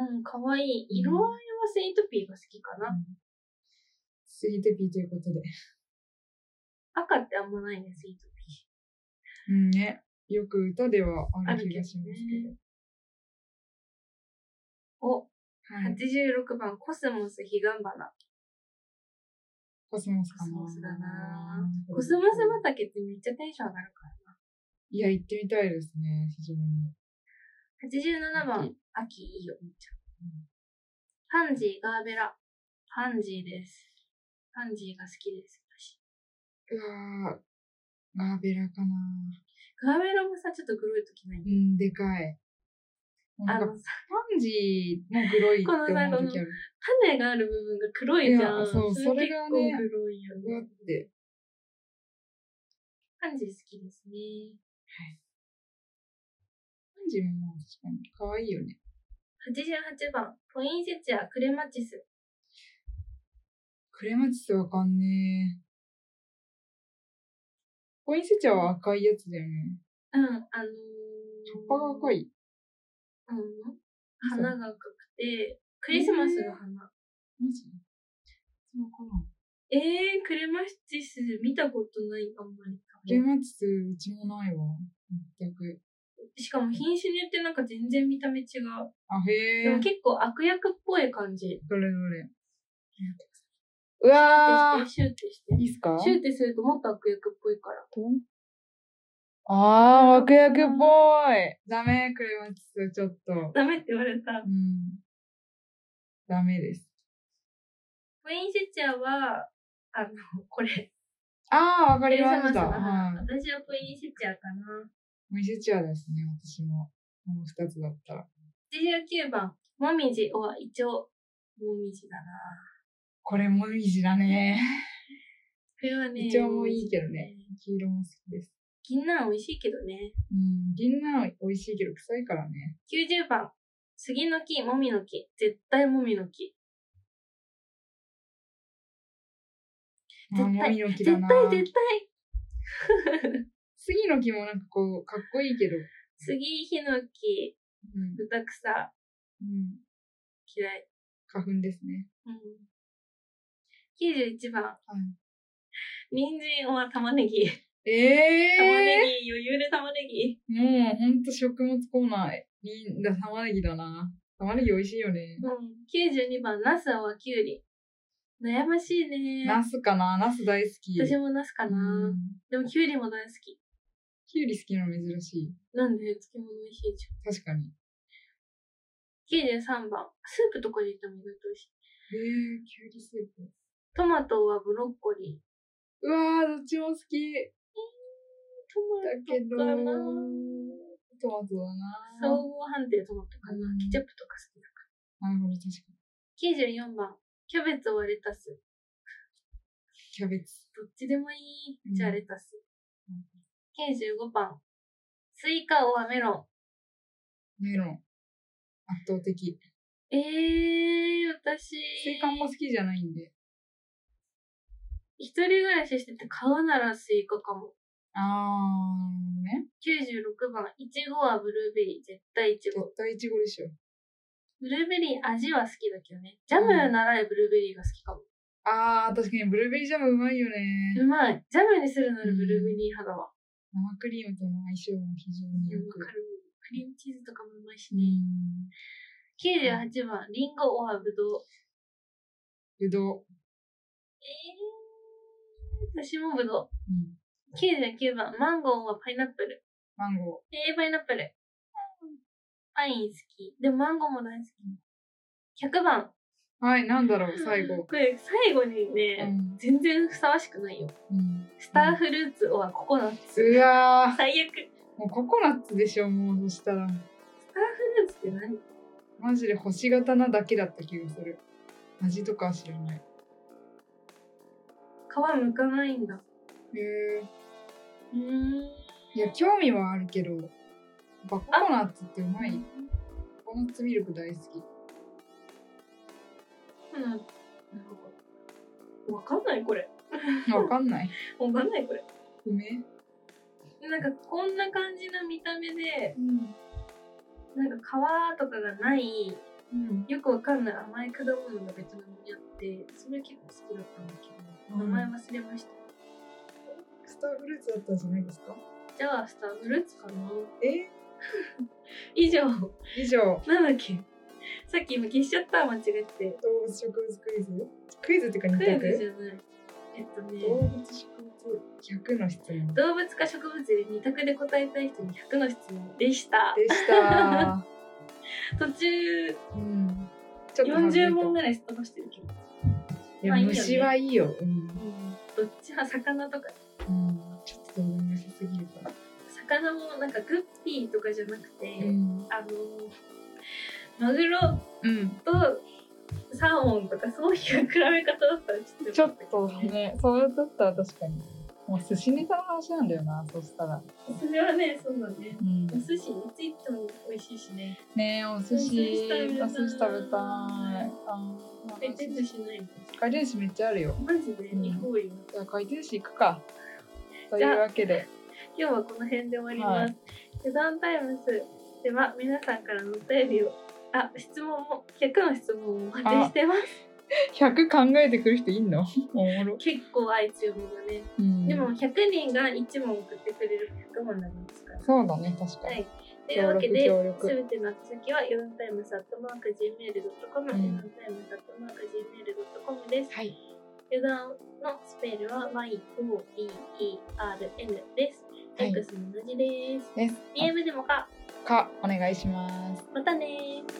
Speaker 1: うん、可愛い。色合いはスイートピーが好きかな。
Speaker 2: スイートピーということで。
Speaker 1: 赤ってあんまないね、スイートピー。
Speaker 2: うんね。よく歌ではある気がします
Speaker 1: ある
Speaker 2: け
Speaker 1: け
Speaker 2: ど。
Speaker 1: お、
Speaker 2: はい。
Speaker 1: 86番、コスモス彼岸花。
Speaker 2: コスモスかな。
Speaker 1: コスモスだな
Speaker 2: こ
Speaker 1: コスモス畑ってめっちゃテンション上がるからな。
Speaker 2: いや、行ってみたいですね、非常に。
Speaker 1: 87番、秋いいよ、めっちゃ。パンジー、ガーベラ。パンジーです。パンジーが好きです、私。
Speaker 2: うわーガーベラかな
Speaker 1: ガーベラもさ、ちょっと黒い時ない
Speaker 2: うん、でかい。な
Speaker 1: あ
Speaker 2: んか、パ
Speaker 1: のさ、
Speaker 2: ンジーも黒いって思う時ある。
Speaker 1: 種がある部分が黒いじゃ
Speaker 2: いや
Speaker 1: ん。
Speaker 2: そうそれがね
Speaker 1: 結構黒いよ
Speaker 2: うわ
Speaker 1: ね。
Speaker 2: って。
Speaker 1: パンジー好きですね。
Speaker 2: パンジーもまあ確かに可愛いよね。
Speaker 1: 88番、ポインセチア、クレマチス。
Speaker 2: クレマチスわかんねえ。ポインセチアは赤いやつだよね。
Speaker 1: うん、あのー、
Speaker 2: 葉っぱが赤い。
Speaker 1: うん。花が赤くて、クリスマスの花。
Speaker 2: マジそうかな。
Speaker 1: えー、クレマチス見たことない、あんまり。
Speaker 2: クレマチス、うちもないわ。全く。
Speaker 1: しかも品種によってなんか全然見た目違う。
Speaker 2: あ、へえ。
Speaker 1: でも結構悪役っぽい感じ。
Speaker 2: どれどれ。うわー
Speaker 1: シューテして、
Speaker 2: いいっすか
Speaker 1: シューテして。シューテするともっと悪役っぽいから。
Speaker 2: あー、悪役っぽい。ダメ、クレマチス、ちょっと。
Speaker 1: ダメって言われた
Speaker 2: う。ん。ダメです。
Speaker 1: ポインセチアは、あの、これ。
Speaker 2: あー、わか
Speaker 1: ク
Speaker 2: り
Speaker 1: リス
Speaker 2: ま
Speaker 1: マス
Speaker 2: した。
Speaker 1: の花。
Speaker 2: はい。
Speaker 1: 私はポインセチアかな。
Speaker 2: ミシチュアですね、私も。この二つだったら。
Speaker 1: 89番、もみじはイチョウ。もみじだな。
Speaker 2: これもいいじだね。
Speaker 1: これはね、
Speaker 2: イチョウもいいけどね。黄色も好きです。
Speaker 1: 銀杏美味しいけどね。
Speaker 2: うん、銀杏美味しいけど臭いからね。
Speaker 1: 90番、杉の木、もみの木。絶対もみの木。
Speaker 2: あー、
Speaker 1: 絶
Speaker 2: も
Speaker 1: 対
Speaker 2: みの木だ
Speaker 1: 絶
Speaker 2: な。
Speaker 1: 対絶対。
Speaker 2: 杉の木もなんかこう、かっこいいけど。
Speaker 1: 杉、ヒノキ、
Speaker 2: うん。
Speaker 1: 豚草、
Speaker 2: うん。
Speaker 1: 嫌い。
Speaker 2: 花粉ですね。
Speaker 1: うん。91番、
Speaker 2: はい。
Speaker 1: 人参は玉ねぎ。玉
Speaker 2: ええ
Speaker 1: ねぎ、余裕で玉ねぎ。
Speaker 2: ー、もうほんと食物コーナー。みんな玉ねぎだな。玉ねぎ美味しいよね。
Speaker 1: うん。92番、ナスはきゅうり。悩ましいね。
Speaker 2: ナスかなナス大好き。
Speaker 1: 私もナスかな。
Speaker 2: うん
Speaker 1: でもきゅうりも大好き。
Speaker 2: きゅうり好きなの珍しい。
Speaker 1: なんで漬物美味しいじ
Speaker 2: 確か
Speaker 1: ゃ
Speaker 2: に。
Speaker 1: ん。93番、スープとかでいっても意外と美味しい。
Speaker 2: えー、きゅうりスープ。
Speaker 1: トマトはブロッコリー。
Speaker 2: うわー、どっちも好き。
Speaker 1: ト
Speaker 2: だけど、
Speaker 1: マトかな。
Speaker 2: トマトだな。
Speaker 1: 総合判定トマトかな
Speaker 2: うん。
Speaker 1: ケチャップとか好きだか
Speaker 2: なるほど、確かに。
Speaker 1: ら。94番、キャベツはレタス。
Speaker 2: キャベツ。
Speaker 1: どっちでもいい。
Speaker 2: うん
Speaker 1: じゃあレタス
Speaker 2: うん。
Speaker 1: 95番、スイカはメロン。
Speaker 2: メロン。圧倒的。
Speaker 1: えー、私、
Speaker 2: スイカも好きじゃないんで。
Speaker 1: 一人暮らししてて買うならスイカかも。
Speaker 2: あー、ね。
Speaker 1: 96番、いちごはブルーベリー。絶対いちご。
Speaker 2: 絶対イチゴでしょ。
Speaker 1: ブルーベリー味は好きだけどね。ジャムならブルーベリーが好きかも。
Speaker 2: あー、確かにブルーベリージャムうまいよね。
Speaker 1: うまい。ジャムにするならブルーベリー派だわ。
Speaker 2: 生クリームとの相性も非常
Speaker 1: うん、
Speaker 2: によ
Speaker 1: わ
Speaker 2: く
Speaker 1: か。る。クリームチーズとかもうまいし
Speaker 2: う
Speaker 1: ね。
Speaker 2: ん。
Speaker 1: 98番、リンゴオアブドウ。
Speaker 2: ぶどう。
Speaker 1: えー、私もブドウ。
Speaker 2: うん。
Speaker 1: 99番、マンゴーはパイナップル。
Speaker 2: マンゴ
Speaker 1: えー、パイナップル。パイン好き。でもマンゴーも大好き。100番。
Speaker 2: ー。はい、なんだろう、最後。
Speaker 1: これ、最後に
Speaker 2: う
Speaker 1: ね、
Speaker 2: ん。
Speaker 1: 全然ふさわしくないよ。
Speaker 2: うん。
Speaker 1: スターフルーツはココナッツ。
Speaker 2: うわ
Speaker 1: 最悪。ス
Speaker 2: ー。もうココナッツでしょ、もう、そしたら。
Speaker 1: ターフルーツって何
Speaker 2: マジで星型なだけだった気がする。味とかは知らない。
Speaker 1: 皮むかないんだ。
Speaker 2: へえ。
Speaker 1: うーん。
Speaker 2: いや、興味はあるけど、やっぱココナッツってうまい。ココナッツミルク大好き。
Speaker 1: うん。なんかわかんないこれ。
Speaker 2: わかんない。
Speaker 1: わかんないこれ。
Speaker 2: 梅
Speaker 1: なんかこんな感じの見た目で、
Speaker 2: うん。
Speaker 1: なんか皮とかがない、
Speaker 2: うん。
Speaker 1: よくわかんない甘い果物がベトナムにあって、それ結構好きだったんだけど、
Speaker 2: うん
Speaker 1: 名前忘れました。
Speaker 2: スターフルーツだったんじゃないですか
Speaker 1: じゃあ、スターフルーツかな
Speaker 2: え
Speaker 1: 以上、
Speaker 2: 以上、動
Speaker 1: なんだっけさっき今消しちゃった、間違って。
Speaker 2: 物植物クイズクイズっていうか
Speaker 1: クイ
Speaker 2: 2
Speaker 1: ズじ
Speaker 2: 択
Speaker 1: ゃない。えっとね、
Speaker 2: 動物植物100の質問
Speaker 1: 動物か植物で二択で答えたい人に100の質問でした
Speaker 2: でした、
Speaker 1: 途中
Speaker 2: うん、ちょっと外
Speaker 1: 40
Speaker 2: れた
Speaker 1: 問ぐらいすっ飛ばしてるけど、
Speaker 2: いや
Speaker 1: まあいいよね
Speaker 2: 虫はいいよ、うん
Speaker 1: どっち派魚とか
Speaker 2: うん、ちょっと動物すぎるから、
Speaker 1: 魚もなんかグッピーとかじゃなくて、
Speaker 2: ん
Speaker 1: あのマグロ
Speaker 2: うん、
Speaker 1: とサーモンとかそういう比べ方だったらちょっと
Speaker 2: ちょっとねそうだったら確かにもう寿司ネタの話なんだよなそしたら、
Speaker 1: それはねそうだね
Speaker 2: うん
Speaker 1: お、寿司についても美味しいしね
Speaker 2: ねえお寿
Speaker 1: お寿司食
Speaker 2: 司
Speaker 1: べたい
Speaker 2: お寿司食べたいあー
Speaker 1: 回転寿司ないの
Speaker 2: 回転寿司めっちゃあるよ
Speaker 1: マジで行こうよ
Speaker 2: じゃあ回転寿司行くかとい
Speaker 1: じゃあ
Speaker 2: うわけで
Speaker 1: 今日はこの辺で終わります。ユダンタイムズでは皆さんからのお便りを、あ、質問も、100の質問をお待ちしてます。
Speaker 2: 100考えてくる人いん のおもろ、
Speaker 1: 結構愛強めだね。
Speaker 2: うん、
Speaker 1: でも100人が1問送ってくれる100問になりますから。
Speaker 2: そうだね確かに、
Speaker 1: はいというわけで、
Speaker 2: 協力
Speaker 1: す
Speaker 2: 協力
Speaker 1: べての宛先は、ユダンタイムズアットマーク Gmail.com、
Speaker 2: う
Speaker 1: ユ
Speaker 2: ん
Speaker 1: ダンタイムズアットマーク Gmail.com です。
Speaker 2: はい
Speaker 1: ユダンのスペルは Y-O-E-E-R-N です。
Speaker 2: はい
Speaker 1: X も同じです。
Speaker 2: です
Speaker 1: DM でもか、
Speaker 2: かお願いします
Speaker 1: またねー。